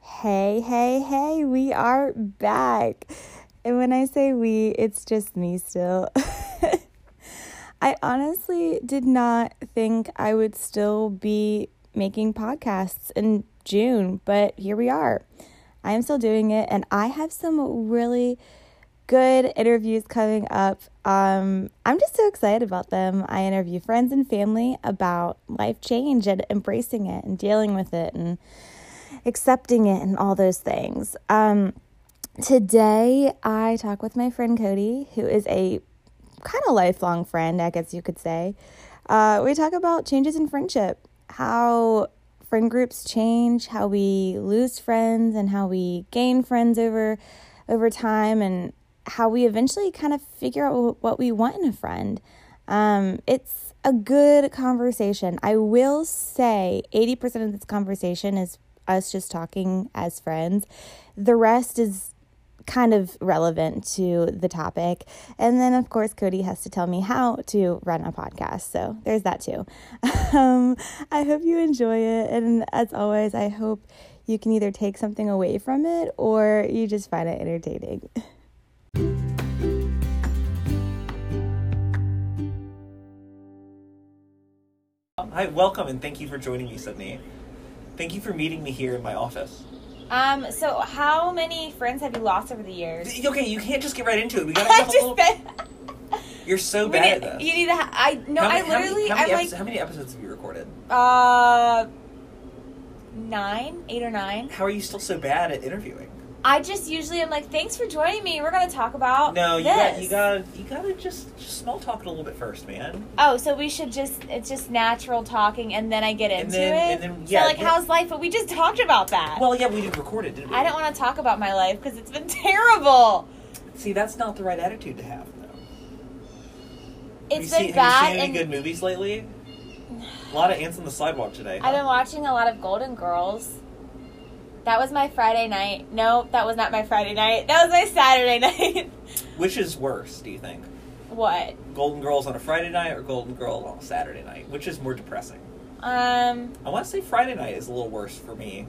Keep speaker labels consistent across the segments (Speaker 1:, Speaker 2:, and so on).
Speaker 1: Hey, hey, hey, we are back. And when I say we, it's just me still. I honestly did not think I would still be making podcasts in June, but here we are. I am still doing it, and I have some really good interviews coming up. Um, I'm just so excited about them. I interview friends and family about life change and embracing it and dealing with it and accepting it and all those things. Um, today, I talk with my friend Cody, who is a kind of lifelong friend, I guess you could say. Uh, we talk about changes in friendship, how friend groups change, how we lose friends, and how we gain friends over over time, and how we eventually kind of figure out what we want in a friend. Um, it's a good conversation. I will say 80% of this conversation is us just talking as friends. The rest is kind of relevant to the topic. And then, of course, Cody has to tell me how to run a podcast. So there's that too. Um, I hope you enjoy it. And as always, I hope you can either take something away from it or you just find it entertaining.
Speaker 2: Hi, welcome, and thank you for joining me, Sydney. Thank you for meeting me here in my office.
Speaker 1: Um, so how many friends have you lost over the years?
Speaker 2: Okay, you can't just get right into it. We gotta have a little. You're so
Speaker 1: We
Speaker 2: bad
Speaker 1: need-
Speaker 2: at this.
Speaker 1: You need to. ha- I no.
Speaker 2: How
Speaker 1: I
Speaker 2: many- how many-
Speaker 1: literally.
Speaker 2: How many,
Speaker 1: I'm
Speaker 2: episodes, how many episodes have you recorded?
Speaker 1: like uh, nine, eight or nine.
Speaker 2: How are you still so bad at interviewing?
Speaker 1: I just usually am like, thanks for joining me. We're gonna talk about
Speaker 2: No, you
Speaker 1: this.
Speaker 2: got you got you gotta just, just small talk it a little bit first, man.
Speaker 1: Oh, so we should just it's just natural talking, and then I get
Speaker 2: And
Speaker 1: into
Speaker 2: then-
Speaker 1: it.
Speaker 2: and then- yeah,
Speaker 1: so like,
Speaker 2: but-
Speaker 1: how's life? But we just talked about that.
Speaker 2: Well, yeah, we didn't record it, did we?
Speaker 1: I don't want to talk about my life because it's been terrible.
Speaker 2: See, that's not the right attitude to have, though.
Speaker 1: It's
Speaker 2: have
Speaker 1: been
Speaker 2: you seen,
Speaker 1: bad.
Speaker 2: Have you seen any
Speaker 1: and
Speaker 2: good movies lately? A lot of ants on the sidewalk today.
Speaker 1: I've
Speaker 2: Huh?
Speaker 1: been watching a lot of Golden Girls. That was my Friday night. No, that was not my Friday night. That was my Saturday night.
Speaker 2: Which is worse, do you think?
Speaker 1: what?
Speaker 2: Golden Girls on a Friday night or Golden Girl on a Saturday night? Which is more depressing?
Speaker 1: Um.
Speaker 2: I want to say Friday night is a little worse for me.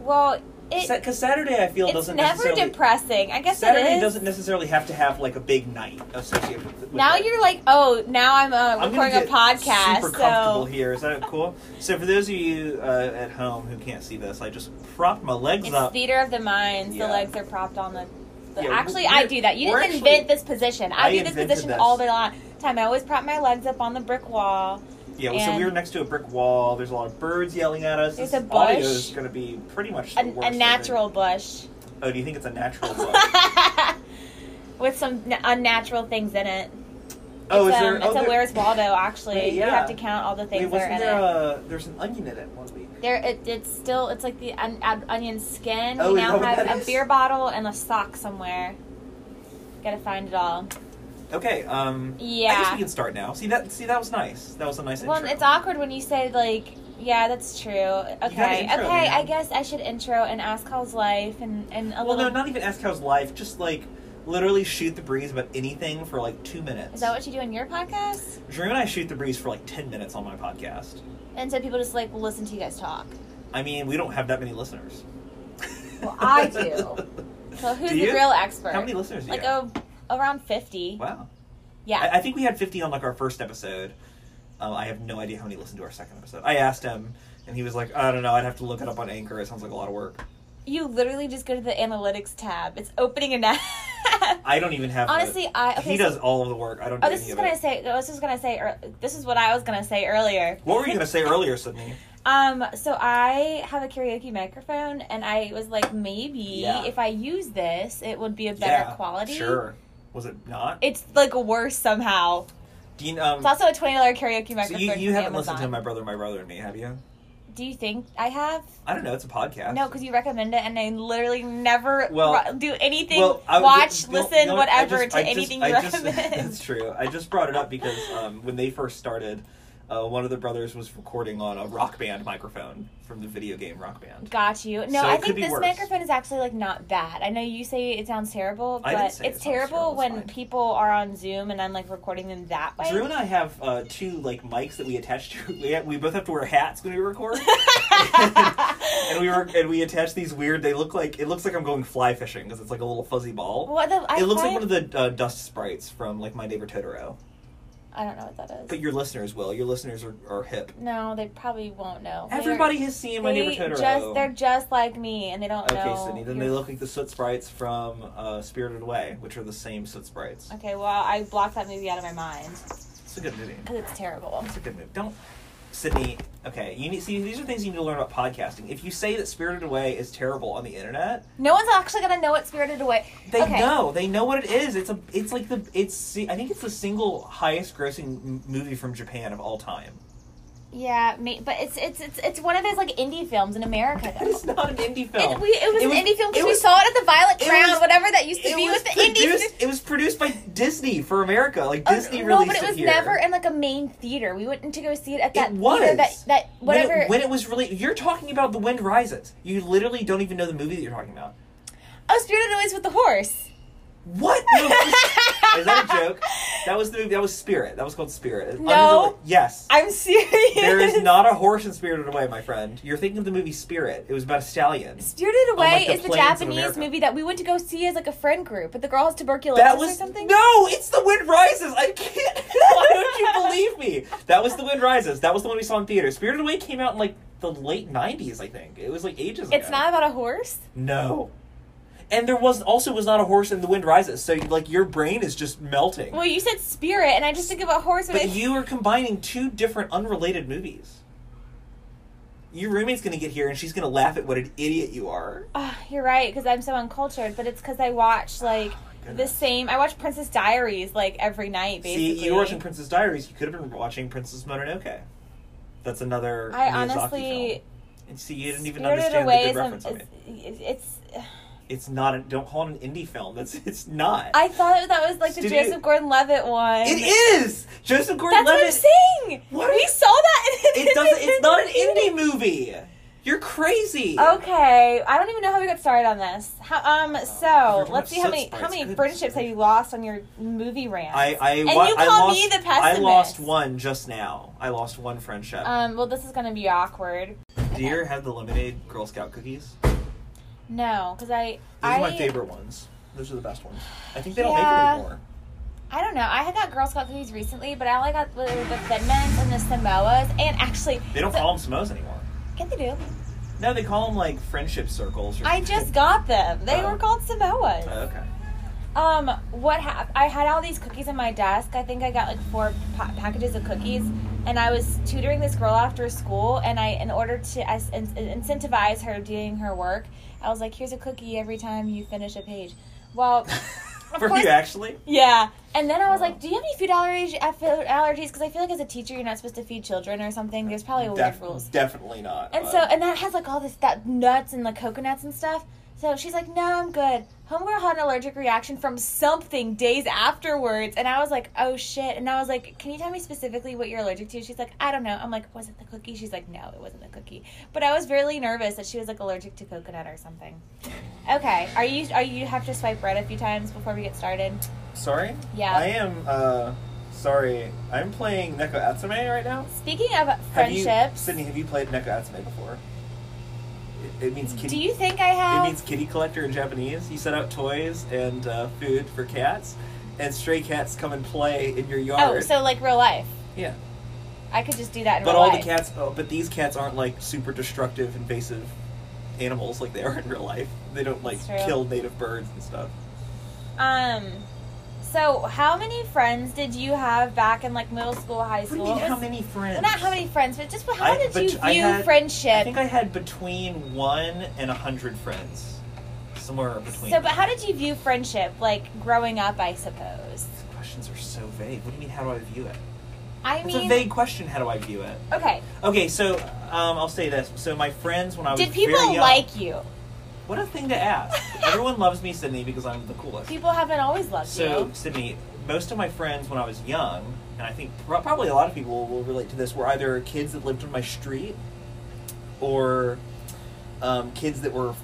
Speaker 1: Well, it
Speaker 2: Because Saturday, I feel,
Speaker 1: it's
Speaker 2: doesn't
Speaker 1: never
Speaker 2: necessarily.
Speaker 1: depressing. I guess
Speaker 2: Saturday
Speaker 1: it is.
Speaker 2: doesn't necessarily have to have like a big night associated with. with
Speaker 1: now
Speaker 2: it.
Speaker 1: you're like, oh, now I'm uh,
Speaker 2: I'm gonna
Speaker 1: recording a
Speaker 2: get
Speaker 1: podcast.
Speaker 2: Super
Speaker 1: so
Speaker 2: comfortable here. Is that cool? So for those of you uh, at home who can't see this, I just propped my legs
Speaker 1: it's
Speaker 2: up.
Speaker 1: theater of the minds.
Speaker 2: Yeah.
Speaker 1: The legs are propped on the. the
Speaker 2: Yeah,
Speaker 1: actually,
Speaker 2: we're-
Speaker 1: I do that. You
Speaker 2: we're
Speaker 1: didn't
Speaker 2: actually-
Speaker 1: invent this position. I,
Speaker 2: I
Speaker 1: do this
Speaker 2: invented
Speaker 1: position
Speaker 2: this.
Speaker 1: all the li- time. I always prop my legs up on the brick wall.
Speaker 2: yeah. So
Speaker 1: and-
Speaker 2: we were next to a brick wall. There's a lot of birds yelling at us.
Speaker 1: There's
Speaker 2: this
Speaker 1: a bush.
Speaker 2: audio is going to be pretty much the
Speaker 1: A,
Speaker 2: worst, I
Speaker 1: a
Speaker 2: think.
Speaker 1: natural bush.
Speaker 2: Oh, do you think it's a natural? bush?
Speaker 1: with some n- unnatural things in it.
Speaker 2: oh,
Speaker 1: it's,
Speaker 2: is there?
Speaker 1: um,
Speaker 2: oh,
Speaker 1: it's a
Speaker 2: there-
Speaker 1: Where's Waldo, actually.
Speaker 2: Wait,
Speaker 1: You
Speaker 2: yeah.
Speaker 1: have to count all the things
Speaker 2: Wait,
Speaker 1: that are
Speaker 2: wasn't
Speaker 1: in
Speaker 2: there?
Speaker 1: it.
Speaker 2: A, there's an onion in it one week.
Speaker 1: There, it, it's still, it's like the on, on, onion skin.
Speaker 2: Oh,
Speaker 1: we
Speaker 2: is
Speaker 1: now
Speaker 2: that what
Speaker 1: have
Speaker 2: that
Speaker 1: a
Speaker 2: is?
Speaker 1: beer bottle and a sock somewhere. Gotta find it all.
Speaker 2: Okay. Um. I guess
Speaker 1: Yeah.
Speaker 2: we can start now. See that? See that was nice. That was a nice
Speaker 1: Well,
Speaker 2: intro.
Speaker 1: it's awkward when you say like, yeah, that's true. Okay,
Speaker 2: intro,
Speaker 1: okay.
Speaker 2: man.
Speaker 1: I guess I should intro and ask how's life and and a
Speaker 2: well,
Speaker 1: little.
Speaker 2: no, not even ask how's life. Just like literally shoot the breeze about anything for like two minutes.
Speaker 1: Is that what you do in your podcast?
Speaker 2: Drew and I shoot the breeze for like ten minutes on my podcast.
Speaker 1: And so people just like will listen to you guys talk.
Speaker 2: I mean, we don't have that many listeners.
Speaker 1: Well, I do. So who's
Speaker 2: Do
Speaker 1: the
Speaker 2: you?
Speaker 1: real expert?
Speaker 2: How many listeners? Do
Speaker 1: Like
Speaker 2: you have?
Speaker 1: oh, around fifty.
Speaker 2: wow.
Speaker 1: Yeah.
Speaker 2: I, I think we had fifty on like our first episode. Um, I have no idea how many listened to our second episode. I asked him, and he was like, "I don't know. I'd have to look it up on Anchor. It sounds like a lot of work.
Speaker 1: You literally just go to the analytics tab. It's opening an app.
Speaker 2: I don't even have." the-
Speaker 1: Honestly, I okay.
Speaker 2: he
Speaker 1: so-
Speaker 2: does all of the work. I don't.
Speaker 1: Oh,
Speaker 2: do
Speaker 1: this
Speaker 2: any
Speaker 1: is
Speaker 2: of
Speaker 1: gonna
Speaker 2: it.
Speaker 1: say. I was just gonna say. ear- This is what I was gonna say earlier.
Speaker 2: What were you gonna say earlier, Sydney?
Speaker 1: Um, so I have a karaoke microphone, and I was like, maybe
Speaker 2: Yeah.
Speaker 1: if I use this, it would be a better quality.
Speaker 2: Sure. Was it not?
Speaker 1: It's like worse somehow.
Speaker 2: Do you, um,
Speaker 1: It's also a twenty dollar karaoke
Speaker 2: so
Speaker 1: microphone.
Speaker 2: you, you
Speaker 1: from
Speaker 2: haven't
Speaker 1: Amazon.
Speaker 2: listened to my brother, my brother and me, have you?
Speaker 1: Do you think I have?
Speaker 2: I don't know. It's a podcast.
Speaker 1: No, because you recommend it, and I literally never
Speaker 2: Well-
Speaker 1: ru- do anything.
Speaker 2: well, I,
Speaker 1: watch,
Speaker 2: no,
Speaker 1: listen,
Speaker 2: no, I
Speaker 1: whatever
Speaker 2: just-
Speaker 1: to
Speaker 2: I just-
Speaker 1: anything
Speaker 2: I
Speaker 1: you
Speaker 2: just-
Speaker 1: recommend.
Speaker 2: That's true. I just brought it up because um, when they first started, uh, one of the brothers was recording on a rock band microphone from the video game Rock Band.
Speaker 1: Got you. No,
Speaker 2: So
Speaker 1: I
Speaker 2: it could
Speaker 1: think
Speaker 2: be
Speaker 1: this
Speaker 2: worse.
Speaker 1: microphone is actually like not bad. I know you say it sounds terrible,
Speaker 2: I didn't
Speaker 1: but
Speaker 2: say it
Speaker 1: it's
Speaker 2: sounds
Speaker 1: terrible,
Speaker 2: terrible, it's
Speaker 1: when
Speaker 2: fine.
Speaker 1: people are on Zoom and I'm like recording them that way.
Speaker 2: Drew and I have uh, two like mics that we attach to. We, we both have to wear hats when we record. and we were and we attached these weird. They look like it looks like I'm going fly fishing because it's like a little fuzzy ball.
Speaker 3: What the? I
Speaker 2: it looks
Speaker 3: find,
Speaker 2: like one of the uh, dust sprites from like My Neighbor Totoro.
Speaker 3: I don't know what that is.
Speaker 2: But your listeners will. Your listeners are, are hip.
Speaker 3: no, they probably won't know. They're-
Speaker 2: Everybody has seen My Neighbor
Speaker 3: They
Speaker 2: Totoro.
Speaker 3: just they're just like me, and they don't
Speaker 2: okay,
Speaker 3: know.
Speaker 2: Sydney. Then
Speaker 3: your-
Speaker 2: they look like the soot sprites from uh, Spirited Away, which are the same soot sprites.
Speaker 3: Okay, well, I blocked that movie out of my mind
Speaker 2: It's a good movie.
Speaker 3: because it's terrible.
Speaker 2: It's a good move. Don't, Sydney. Okay, you need see these are things you need to learn about podcasting. If you say that Spirited Away is terrible on the internet,
Speaker 3: No one's actually gonna know what Spirited Away.
Speaker 2: they
Speaker 3: okay.
Speaker 2: know. They know what it is. It's a. It's like the. It's. I think it's the single highest grossing m- movie from Japan of all time.
Speaker 3: Yeah, ma- but it's it's it's it's one of those like indie films in America.
Speaker 2: That
Speaker 3: Though.
Speaker 2: is not an indie film.
Speaker 3: It, we, it was an indie film
Speaker 2: it
Speaker 3: because we
Speaker 2: was-
Speaker 3: saw it at the Violet
Speaker 2: it
Speaker 3: Crown,
Speaker 2: was-
Speaker 3: whatever that used to
Speaker 2: It
Speaker 3: be
Speaker 2: was
Speaker 3: with the indie.
Speaker 2: produced. It was produced by Disney for America. Like
Speaker 3: Oh,
Speaker 2: Disney
Speaker 3: no,
Speaker 2: released
Speaker 3: but it was
Speaker 2: here.
Speaker 3: never in like a main theater. We went to go see it at that
Speaker 2: It was.
Speaker 3: theater that that
Speaker 2: When it-
Speaker 3: whatever.
Speaker 2: when it was really, you're talking about The Wind Rises. You literally don't even know the movie that you're talking about.
Speaker 3: oh, Spirited Away is with the horse.
Speaker 2: What? Is that a joke? That was the movie. That was Spirit. That was called Spirit.
Speaker 3: No.
Speaker 2: Under the- yes.
Speaker 3: I'm serious.
Speaker 2: There is not a horse in Spirited Away, my friend. You're thinking of the movie Spirit. It was about a stallion.
Speaker 3: Spirited
Speaker 2: On, like,
Speaker 3: Away
Speaker 2: the
Speaker 3: is the
Speaker 2: plains of
Speaker 3: Japanese
Speaker 2: America.
Speaker 3: movie that we went to go see as like a friend group, but the girl has tuberculosis
Speaker 2: That
Speaker 3: or
Speaker 2: was
Speaker 3: something.
Speaker 2: no. It's The Wind Rises. I can't. Why don't you believe me? That was The Wind Rises. That was the one we saw in theater. Spirited Away came out in like the late '90s, I think. It was like ages ago.
Speaker 3: It's not about a horse.
Speaker 2: No. And there was also was not a horse in The Wind Rises. So like your brain is just melting.
Speaker 3: Well, you said spirit, and I just think about horse. When I,
Speaker 2: But you are combining two different unrelated movies. Your roommate's gonna get here and she's gonna laugh at what an idiot you are.
Speaker 3: Ah, you're right because I'm so uncultured, but it's because I watch like the
Speaker 2: Oh, goodness.
Speaker 3: same. I watch Princess Diaries like every night, basically.
Speaker 2: See, you were watching Princess Diaries. You could have been watching Princess Mononoke. That's another.
Speaker 3: I
Speaker 2: Miyazaki
Speaker 3: honestly.
Speaker 2: film. And see, you didn't even
Speaker 3: Spirited
Speaker 2: understand the
Speaker 3: Away
Speaker 2: good
Speaker 3: is a-
Speaker 2: reference I
Speaker 3: is-
Speaker 2: made.
Speaker 3: is- It's.
Speaker 2: It's not. A, don't call it an indie film. That's. It's not.
Speaker 3: I thought that was like the
Speaker 2: Studio-
Speaker 3: Joseph Gordon-Levitt one.
Speaker 2: it is Joseph
Speaker 3: That's what I'm
Speaker 2: Gordon-Levitt.
Speaker 3: saying.
Speaker 2: What
Speaker 3: we
Speaker 2: is-
Speaker 3: saw that. in-
Speaker 2: It doesn't. It's not an indie movie. You're crazy.
Speaker 3: Okay, I don't even know how we got started on this. How, um,
Speaker 2: we're
Speaker 3: so
Speaker 2: Oh, talking
Speaker 3: let's see
Speaker 2: about
Speaker 3: how many
Speaker 2: soot
Speaker 3: how
Speaker 2: sprites.
Speaker 3: many
Speaker 2: Goodness
Speaker 3: friendships have
Speaker 2: gracious.
Speaker 3: you lost on your movie rant?
Speaker 2: I I
Speaker 3: And
Speaker 2: wa-
Speaker 3: you
Speaker 2: I
Speaker 3: call
Speaker 2: lost,
Speaker 3: me the
Speaker 2: I lost
Speaker 3: pessimist.
Speaker 2: one just now. I lost one friendship.
Speaker 3: um, well, this is gonna be awkward.
Speaker 2: Do you ever have the lemonade Girl Scout cookies?
Speaker 3: No, because I
Speaker 2: Those
Speaker 3: I
Speaker 2: are my favorite ones. Those are the best ones. I think they don't
Speaker 3: Yeah.
Speaker 2: make them anymore.
Speaker 3: I don't know. I had got Girl Scout cookies recently, but I only got the, the Thin Mints and the Samoas, and actually
Speaker 2: They don't
Speaker 3: so-
Speaker 2: call them Samoas anymore.
Speaker 3: Yeah, they do.
Speaker 2: No, they call them like friendship circles. Or
Speaker 3: I
Speaker 2: something.
Speaker 3: just got them. They
Speaker 2: Oh.
Speaker 3: were called Samoas.
Speaker 2: Oh, okay.
Speaker 3: Um, what happened? I had all these cookies on my desk. I think I got like four pa- packages of cookies, and I was tutoring this girl after school. And I, in order to I s- in- incentivize her doing her work, I was like, "Here's a cookie every time you finish a page." Well, of
Speaker 2: Were
Speaker 3: course,
Speaker 2: you actually?
Speaker 3: yeah. And then I was
Speaker 2: Wow.
Speaker 3: like, "Do you have any food allergies? uh, food allergies? Because I feel like as a teacher, you're not supposed to feed children or something. There's probably weird
Speaker 2: Def-
Speaker 3: rules."
Speaker 2: Definitely not. uh,
Speaker 3: And
Speaker 2: but-
Speaker 3: so, and that has like all this that nuts and like coconuts and stuff. So she's like, "No, I'm good." Homegirl had an allergic reaction from something days afterwards, and I was like, "Oh shit!" And I was like, "Can you tell me specifically what you're allergic to?" She's like, "I don't know." I'm like, "Was it the cookie?" She's like, "No, it wasn't the cookie." But I was really nervous that she was like allergic to coconut or something. Okay, are you are you have to swipe right a few times before we get started?
Speaker 2: sorry.
Speaker 3: Yeah.
Speaker 2: I am. uh Sorry. I'm playing Neko Atsume right now.
Speaker 3: Speaking of
Speaker 2: Have you-
Speaker 3: friendships,
Speaker 2: Sydney? Have you played Neko Atsume before? It, it means kitty.
Speaker 3: do you think I
Speaker 2: It
Speaker 3: have?
Speaker 2: means kitty collector in Japanese. You set out toys and uh, food for cats, and stray cats come and play in your yard.
Speaker 3: oh, so like real life.
Speaker 2: yeah.
Speaker 3: I could just do that in
Speaker 2: But
Speaker 3: real
Speaker 2: all
Speaker 3: life.
Speaker 2: the cats, oh, but these cats aren't like super destructive, invasive animals like they are in real life. They don't like
Speaker 3: That's true.
Speaker 2: kill native birds and stuff.
Speaker 3: Um. So, how many friends did you have back in like middle school, high
Speaker 2: What do you
Speaker 3: school?
Speaker 2: mean?
Speaker 3: It was-
Speaker 2: How many friends?
Speaker 3: well, Not how many friends, but just how
Speaker 2: I-
Speaker 3: did
Speaker 2: but
Speaker 3: you
Speaker 2: I
Speaker 3: view
Speaker 2: had-
Speaker 3: friendship?
Speaker 2: I think I had between one and a hundred friends, somewhere between.
Speaker 3: so, but how did you view friendship, like growing up? I suppose.
Speaker 2: These questions are so vague. What do you mean? How do I view it?
Speaker 3: I
Speaker 2: It's
Speaker 3: mean,
Speaker 2: a vague question. How do I view it?
Speaker 3: okay.
Speaker 2: Okay, so um, I'll say this. So my friends, when I was
Speaker 3: Did people
Speaker 2: very young-
Speaker 3: like you?
Speaker 2: What a thing to ask! Everyone loves me, Sydney, because I'm the coolest.
Speaker 3: People haven't always loved
Speaker 2: so
Speaker 3: you.
Speaker 2: Sydney, most of my friends when I was young, and I think pro- probably a lot of people will relate to this, were either kids that lived on my street, or um, kids that were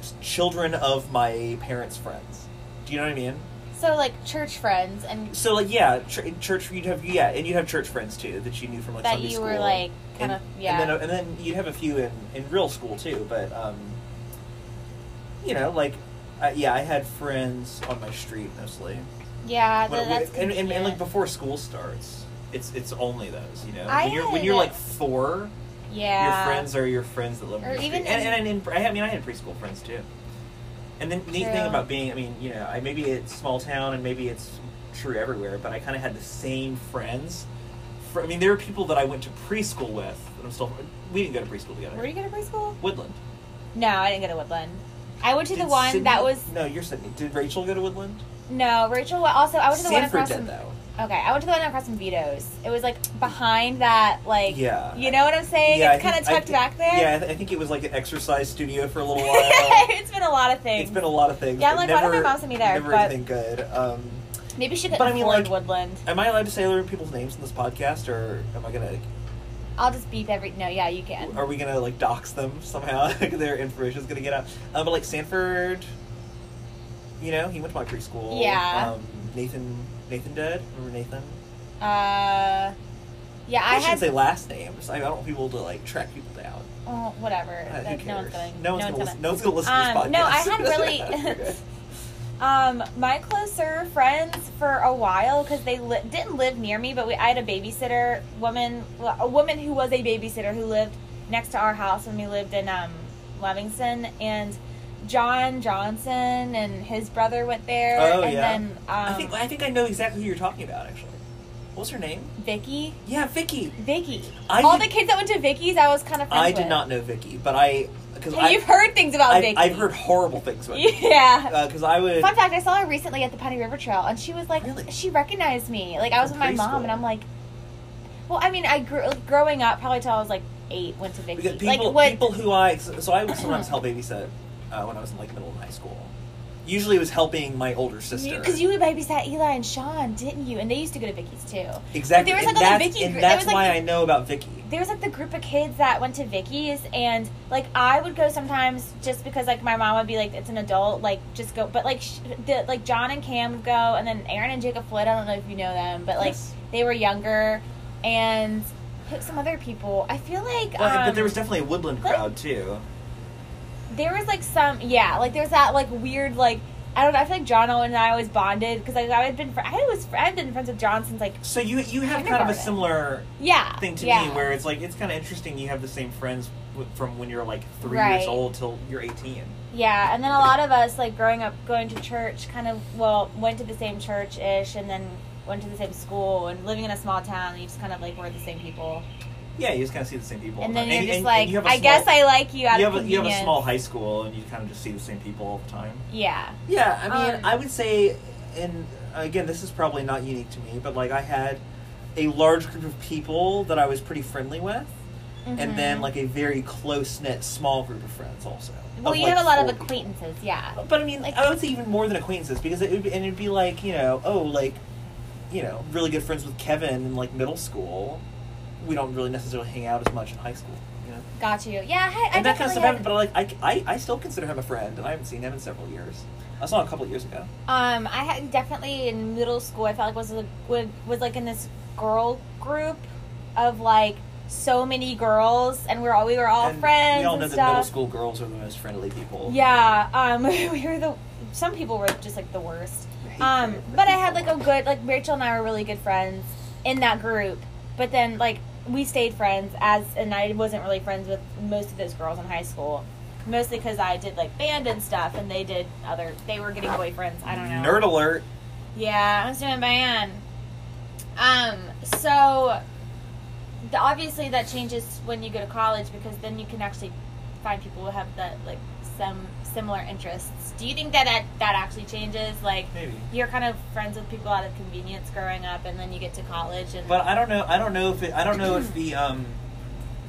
Speaker 2: s- children of my parents' friends. Do you know what I mean?
Speaker 3: So, like church friends, and
Speaker 2: So like yeah, ch- in church you'd have yeah, and you'd have church friends too that you knew from like
Speaker 3: that
Speaker 2: Sunday
Speaker 3: you
Speaker 2: school.
Speaker 3: were like
Speaker 2: and,
Speaker 3: kind of yeah.
Speaker 2: And then, and then you'd have a few in, in real school too, but um, you know, like, I, yeah, I had friends on my street mostly.
Speaker 3: yeah,
Speaker 2: When-
Speaker 3: th- that's
Speaker 2: and, and, and like
Speaker 3: convenient.
Speaker 2: before school starts, it's it's only those. You know,
Speaker 3: I
Speaker 2: when you're when you're
Speaker 3: had-
Speaker 2: like four,
Speaker 3: yeah.
Speaker 2: your friends are your friends that live
Speaker 3: Or
Speaker 2: in the
Speaker 3: even
Speaker 2: street.
Speaker 3: in-
Speaker 2: and, and, and I mean I had preschool friends too. And then the neat
Speaker 3: True.
Speaker 2: thing about being, I mean, you know, I, maybe it's small town and maybe it's true everywhere, but I kind of had the same friends. For, I mean, there are people that I went to preschool with, and I'm still we didn't go to preschool together.
Speaker 3: Where do you go to preschool?
Speaker 2: Woodland.
Speaker 3: No, I didn't go to Woodland. I went to the
Speaker 2: Did
Speaker 3: one
Speaker 2: Sydney-
Speaker 3: that was
Speaker 2: No, you're Sydney. Did Rachel go to Woodland?
Speaker 3: no Rachel. wa- Also, I went to the
Speaker 2: Sanford
Speaker 3: one across
Speaker 2: did
Speaker 3: from
Speaker 2: though.
Speaker 3: okay. I went to the one across from Vito's. It was like behind that like
Speaker 2: Yeah.
Speaker 3: You know what I'm saying?
Speaker 2: Yeah,
Speaker 3: it's
Speaker 2: I
Speaker 3: kind of
Speaker 2: think- I
Speaker 3: tucked
Speaker 2: thi-
Speaker 3: back there.
Speaker 2: Yeah, I, th- I think it was like an exercise studio for a little while.
Speaker 3: it's been a lot of things.
Speaker 2: it's been a lot of things.
Speaker 3: Yeah,
Speaker 2: but
Speaker 3: like, why
Speaker 2: never,
Speaker 3: don't my mom send me there?
Speaker 2: Never
Speaker 3: But-
Speaker 2: anything good. Um,
Speaker 3: Maybe she could
Speaker 2: But I
Speaker 3: afford
Speaker 2: mean, like-
Speaker 3: Woodland.
Speaker 2: Am I allowed to say other people's names in this podcast, or am I gonna?
Speaker 3: I'll just beep every. No, yeah, you can.
Speaker 2: Are we gonna like dox them somehow? Their information's gonna get out. Um, but like Sanford, you know, he went to my preschool.
Speaker 3: Yeah.
Speaker 2: Um, Nathan, Nathan did. Remember Nathan?
Speaker 3: Uh, yeah, I,
Speaker 2: I,
Speaker 3: had.
Speaker 2: should say last names. I don't want people to like track people down.
Speaker 3: oh, whatever.
Speaker 2: Uh,
Speaker 3: That-
Speaker 2: who
Speaker 3: no one's
Speaker 2: cares?
Speaker 3: going.
Speaker 2: No one's gonna listen. No one's gonna listen to this podcast.
Speaker 3: Um, no, I had really. um, my closer friends for a while because they li- didn't live near me, but we I had a babysitter woman, well, a woman who was a babysitter who lived next to our house when we lived in um, Livingston, and John Johnson and his brother went there,
Speaker 2: Oh,
Speaker 3: and
Speaker 2: yeah.
Speaker 3: then um,
Speaker 2: I think I think I know exactly who you're talking about. Actually, what's her name?
Speaker 3: Vicky.
Speaker 2: Yeah, Vicky.
Speaker 3: Vicky.
Speaker 2: I
Speaker 3: All
Speaker 2: did-
Speaker 3: the kids that went to Vicky's, I was kind of. Friends
Speaker 2: I did
Speaker 3: with.
Speaker 2: not know Vicky, but I because
Speaker 3: And you've heard things about
Speaker 2: I,
Speaker 3: Vicky.
Speaker 2: I've heard horrible things about. Vicky.
Speaker 3: Yeah.
Speaker 2: because I would.
Speaker 3: Fun fact: I saw her recently at the Putney River Trail, and she was like,
Speaker 2: Really?
Speaker 3: she recognized me. Like I was
Speaker 2: From
Speaker 3: with my mom,
Speaker 2: preschool.
Speaker 3: and I'm like, well, I mean, I grew growing up probably till I was like eight, went to Vicky.
Speaker 2: Because people,
Speaker 3: like what?
Speaker 2: people who I so I would sometimes help babysit uh, when I was in like middle and high school. Usually, it was helping my older sister.
Speaker 3: Because you, babysat Eli and Sean, didn't you? And they used to go to Vicky's too.
Speaker 2: exactly,
Speaker 3: there was,
Speaker 2: and
Speaker 3: like, all
Speaker 2: that's,
Speaker 3: the Vicky
Speaker 2: and
Speaker 3: gr- there
Speaker 2: that's
Speaker 3: was, like,
Speaker 2: why
Speaker 3: the-
Speaker 2: I know about Vicky.
Speaker 3: there was like the group of kids that went to Vicky's, and like I would go sometimes just because like my mom would be like, it's an adult, like just go. But like sh- the, like John and Cam would go, and then Aaron and Jacob Floyd. I don't know if you know them, but like
Speaker 2: Yes.
Speaker 3: they were younger, and who- some other people. I feel like
Speaker 2: Well,
Speaker 3: um,
Speaker 2: but there was definitely a woodland crowd too.
Speaker 3: there was like some yeah like there's that like weird like I don't know. I feel like John Owen and I always bonded because like I had been fr- I was I've been friends with John since like
Speaker 2: So you you have kind of a
Speaker 3: Kindergarten.
Speaker 2: similar
Speaker 3: yeah
Speaker 2: thing to
Speaker 3: yeah.
Speaker 2: me where it's like it's kind of interesting. You have the same friends w- from when you're like three years
Speaker 3: Right.
Speaker 2: old till you're eighteen.
Speaker 3: Yeah, and then a lot of us, like growing up, going to church, kind of, well, went to the same church ish, and then went to the same school, and living in a small town, you just kind of like were the same people.
Speaker 2: Yeah, you just kind of see the same people. all
Speaker 3: and
Speaker 2: the
Speaker 3: then
Speaker 2: time.
Speaker 3: you're
Speaker 2: and,
Speaker 3: just
Speaker 2: and-
Speaker 3: like,
Speaker 2: and you have a
Speaker 3: I
Speaker 2: small-
Speaker 3: guess I like you out
Speaker 2: you
Speaker 3: of
Speaker 2: have a, you have a
Speaker 3: convenience."
Speaker 2: small high school and you kind of just see the same people all the time.
Speaker 3: Yeah.
Speaker 2: Yeah, I mean,
Speaker 3: Um,
Speaker 2: I would say, and again, this is probably not unique to me, but like I had a large group of people that I was pretty friendly with, and
Speaker 3: Mm-hmm.
Speaker 2: then like a very close knit small group of friends also.
Speaker 3: Well,
Speaker 2: of,
Speaker 3: you
Speaker 2: like,
Speaker 3: have a lot of
Speaker 2: four people.
Speaker 3: acquaintances, yeah.
Speaker 2: But I mean,
Speaker 3: like-
Speaker 2: I would say even more than acquaintances because it would be, and it'd be like you know, oh, like you know, really good friends with Kevin in like middle school. We don't really necessarily hang out as much in high school, you know.
Speaker 3: Got you. Yeah, I, I
Speaker 2: and that kind of stuff
Speaker 3: definitely
Speaker 2: happened, but like I, I, I still consider him a friend, and I haven't seen him in several years. I saw him a couple years ago.
Speaker 3: had- um, I had definitely in middle school, I felt like was, was, was like in this girl group of like so many girls, and we're all, we were all
Speaker 2: And
Speaker 3: friends.
Speaker 2: We all
Speaker 3: and
Speaker 2: know that
Speaker 3: stuff.
Speaker 2: middle school girls are the most friendly people.
Speaker 3: Yeah, um, we were the some people were just like the worst.
Speaker 2: I hate
Speaker 3: Um,
Speaker 2: friends.
Speaker 3: but I had like a good like Rachel and I were really good friends in that group. But then like we stayed friends as and I wasn't really friends with most of those girls in high school, mostly because I did like band and stuff and they did other they were getting boyfriends. I don't know.
Speaker 2: Nerd alert.
Speaker 3: Yeah, I was doing band. Um, so the, obviously that changes when you go to college because then you can actually find people who have that like some similar interests. Do you think that that, that actually changes? Like
Speaker 2: Maybe.
Speaker 3: you're kind of friends with people out of convenience growing up, and then you get to college and
Speaker 2: But I don't know. I don't know if it, I don't know if the um,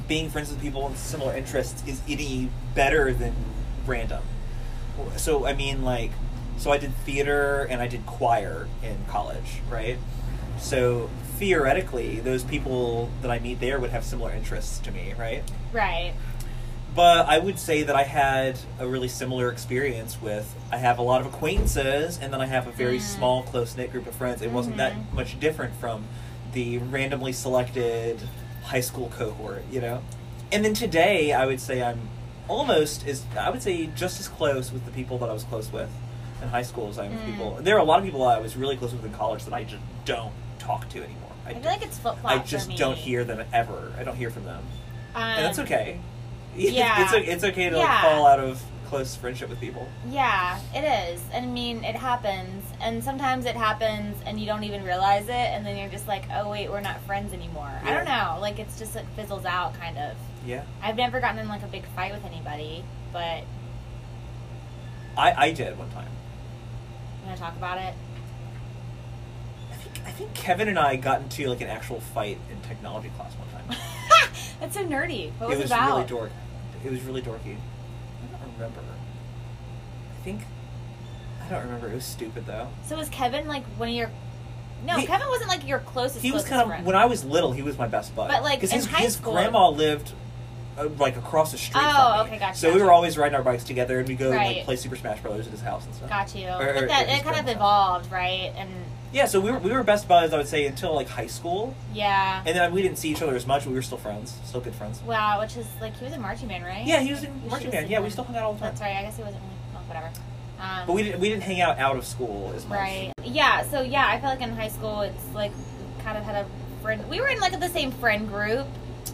Speaker 2: being friends with people with similar interests is any better than random. So I mean, like, so I did theater and I did choir in college, right? So theoretically, those people that I meet there would have similar interests to me, right?
Speaker 3: right,
Speaker 2: But I would say that I had a really similar experience with I have a lot of acquaintances and then I have a very
Speaker 3: Mm. Mm-hmm.
Speaker 2: small close knit group of friends. It wasn't that
Speaker 3: Mhm.
Speaker 2: much different from the randomly selected high school cohort, you know? And then today, I would say I'm almost as, I would say just as close with the people that I was close with in high school as I am with
Speaker 3: Mm.
Speaker 2: people. There are a lot of people I was really close with in college that I just don't talk to anymore.
Speaker 3: I
Speaker 2: don't-
Speaker 3: feel like it's flip flop.
Speaker 2: I just don't hear them ever. I don't hear from them.
Speaker 3: Um,
Speaker 2: and that's okay.
Speaker 3: yeah.
Speaker 2: it's, o- it's okay to
Speaker 3: Yeah.
Speaker 2: like, fall out of close friendship with people.
Speaker 3: Yeah, it is. And I mean, it happens. And sometimes it happens and you don't even realize it. And then you're just like, oh, wait, we're not friends anymore. I don't know. Like, it's just, it fizzles out, kind of.
Speaker 2: Yeah.
Speaker 3: I've never gotten in, like, a big fight with anybody, but
Speaker 2: I, I did one time.
Speaker 3: I'm going to talk about it.
Speaker 2: I think, I think Kevin and I got into like an actual fight in technology class one time.
Speaker 3: That's so nerdy. What was
Speaker 2: it
Speaker 3: it
Speaker 2: was
Speaker 3: about?
Speaker 2: really dork. It was really dorky. I don't remember. I think I don't remember. It was stupid though.
Speaker 3: So was Kevin, like, one of your. No,
Speaker 2: He-
Speaker 3: Kevin wasn't, like, your closest
Speaker 2: he was
Speaker 3: closest
Speaker 2: kind of
Speaker 3: friend.
Speaker 2: when I was little. He was my best bud.
Speaker 3: But, like,
Speaker 2: 'Cause
Speaker 3: in
Speaker 2: his,
Speaker 3: high
Speaker 2: his
Speaker 3: school-
Speaker 2: grandma lived uh, like across the street.
Speaker 3: Oh,
Speaker 2: from me.
Speaker 3: okay, gotcha,
Speaker 2: So we were
Speaker 3: gotcha.
Speaker 2: always riding our bikes together, and we go and,
Speaker 3: Right.
Speaker 2: like play Super Smash Brothers at his house and stuff.
Speaker 3: Got you.
Speaker 2: Or- or-
Speaker 3: but that,
Speaker 2: or his
Speaker 3: it kind
Speaker 2: grandma's
Speaker 3: of
Speaker 2: house.
Speaker 3: evolved, right? And,
Speaker 2: Yeah, so we were, we were best buds. I would say until like high school,
Speaker 3: yeah.
Speaker 2: and then we didn't see each other as much. But we were still friends, still good friends.
Speaker 3: Wow, which is like he was a marching band, right?
Speaker 2: Yeah, he was
Speaker 3: Like,
Speaker 2: in
Speaker 3: she
Speaker 2: marching
Speaker 3: was
Speaker 2: band.
Speaker 3: in
Speaker 2: Yeah, we
Speaker 3: one.
Speaker 2: still hung out all the time.
Speaker 3: That's right. I guess he wasn't. really- Well, whatever. Um,
Speaker 2: But we didn't we didn't hang out out of school as much.
Speaker 3: right. Yeah. So yeah, I feel like in high school it's like kind of had a friend. We were in like the same friend group,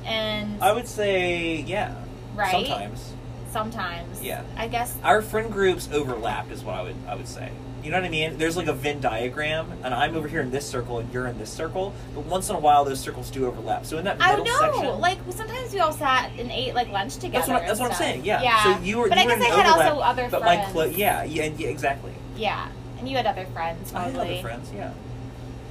Speaker 3: and
Speaker 2: I would say yeah.
Speaker 3: right
Speaker 2: Sometimes
Speaker 3: sometimes.
Speaker 2: Yeah.
Speaker 3: I guess.
Speaker 2: our friend groups overlapped is what I would I would say. You know what I mean? There's like a Venn diagram, and I'm over here in this circle, and you're in this circle. But once in a while, those circles do overlap. So in that
Speaker 3: I
Speaker 2: middle
Speaker 3: don't know.
Speaker 2: section,
Speaker 3: Like sometimes we all sat and ate like lunch together.
Speaker 2: that's what I,
Speaker 3: and
Speaker 2: that's what I'm
Speaker 3: stuff.
Speaker 2: saying. Yeah.
Speaker 3: Yeah.
Speaker 2: So you were,
Speaker 3: But
Speaker 2: you
Speaker 3: I
Speaker 2: were
Speaker 3: guess I
Speaker 2: in
Speaker 3: had
Speaker 2: overlap,
Speaker 3: also other
Speaker 2: but
Speaker 3: friends.
Speaker 2: my clo- yeah, yeah, and- yeah, exactly.
Speaker 3: Yeah. And you had other friends
Speaker 2: I
Speaker 3: probably.
Speaker 2: had other friends. Yeah.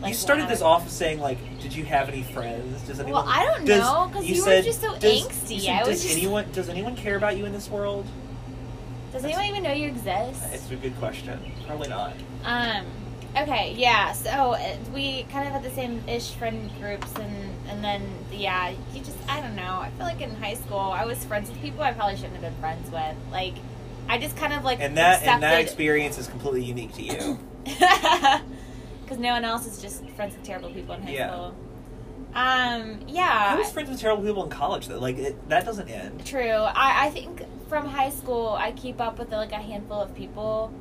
Speaker 3: Like,
Speaker 2: you started
Speaker 3: one
Speaker 2: this
Speaker 3: other-
Speaker 2: off saying like, "Did you have any friends? Does anyone?"
Speaker 3: Well, I don't
Speaker 2: does,
Speaker 3: know, 'cause you were
Speaker 2: said,
Speaker 3: just so
Speaker 2: does-
Speaker 3: angsty.
Speaker 2: you said,
Speaker 3: I
Speaker 2: does
Speaker 3: was just-
Speaker 2: anyone does anyone care about you in this world?
Speaker 3: Does anyone even know you exist?
Speaker 2: It's a good question. Probably not.
Speaker 3: Um. Okay. Yeah. So uh, we kind of had the same ish friend groups, and and then yeah, you just I don't know. I feel like in high school I was friends with people I probably shouldn't have been friends with. Like, I just kind of like
Speaker 2: And that and that
Speaker 3: accepted-
Speaker 2: experience is completely unique to you.
Speaker 3: Because no one else is just friends with terrible people in high
Speaker 2: Yeah.
Speaker 3: school. Um.
Speaker 2: I
Speaker 3: Yeah.
Speaker 2: was friends with terrible people in college though. Like it, that doesn't end.
Speaker 3: True. I I think from high school I keep up with like a handful of people.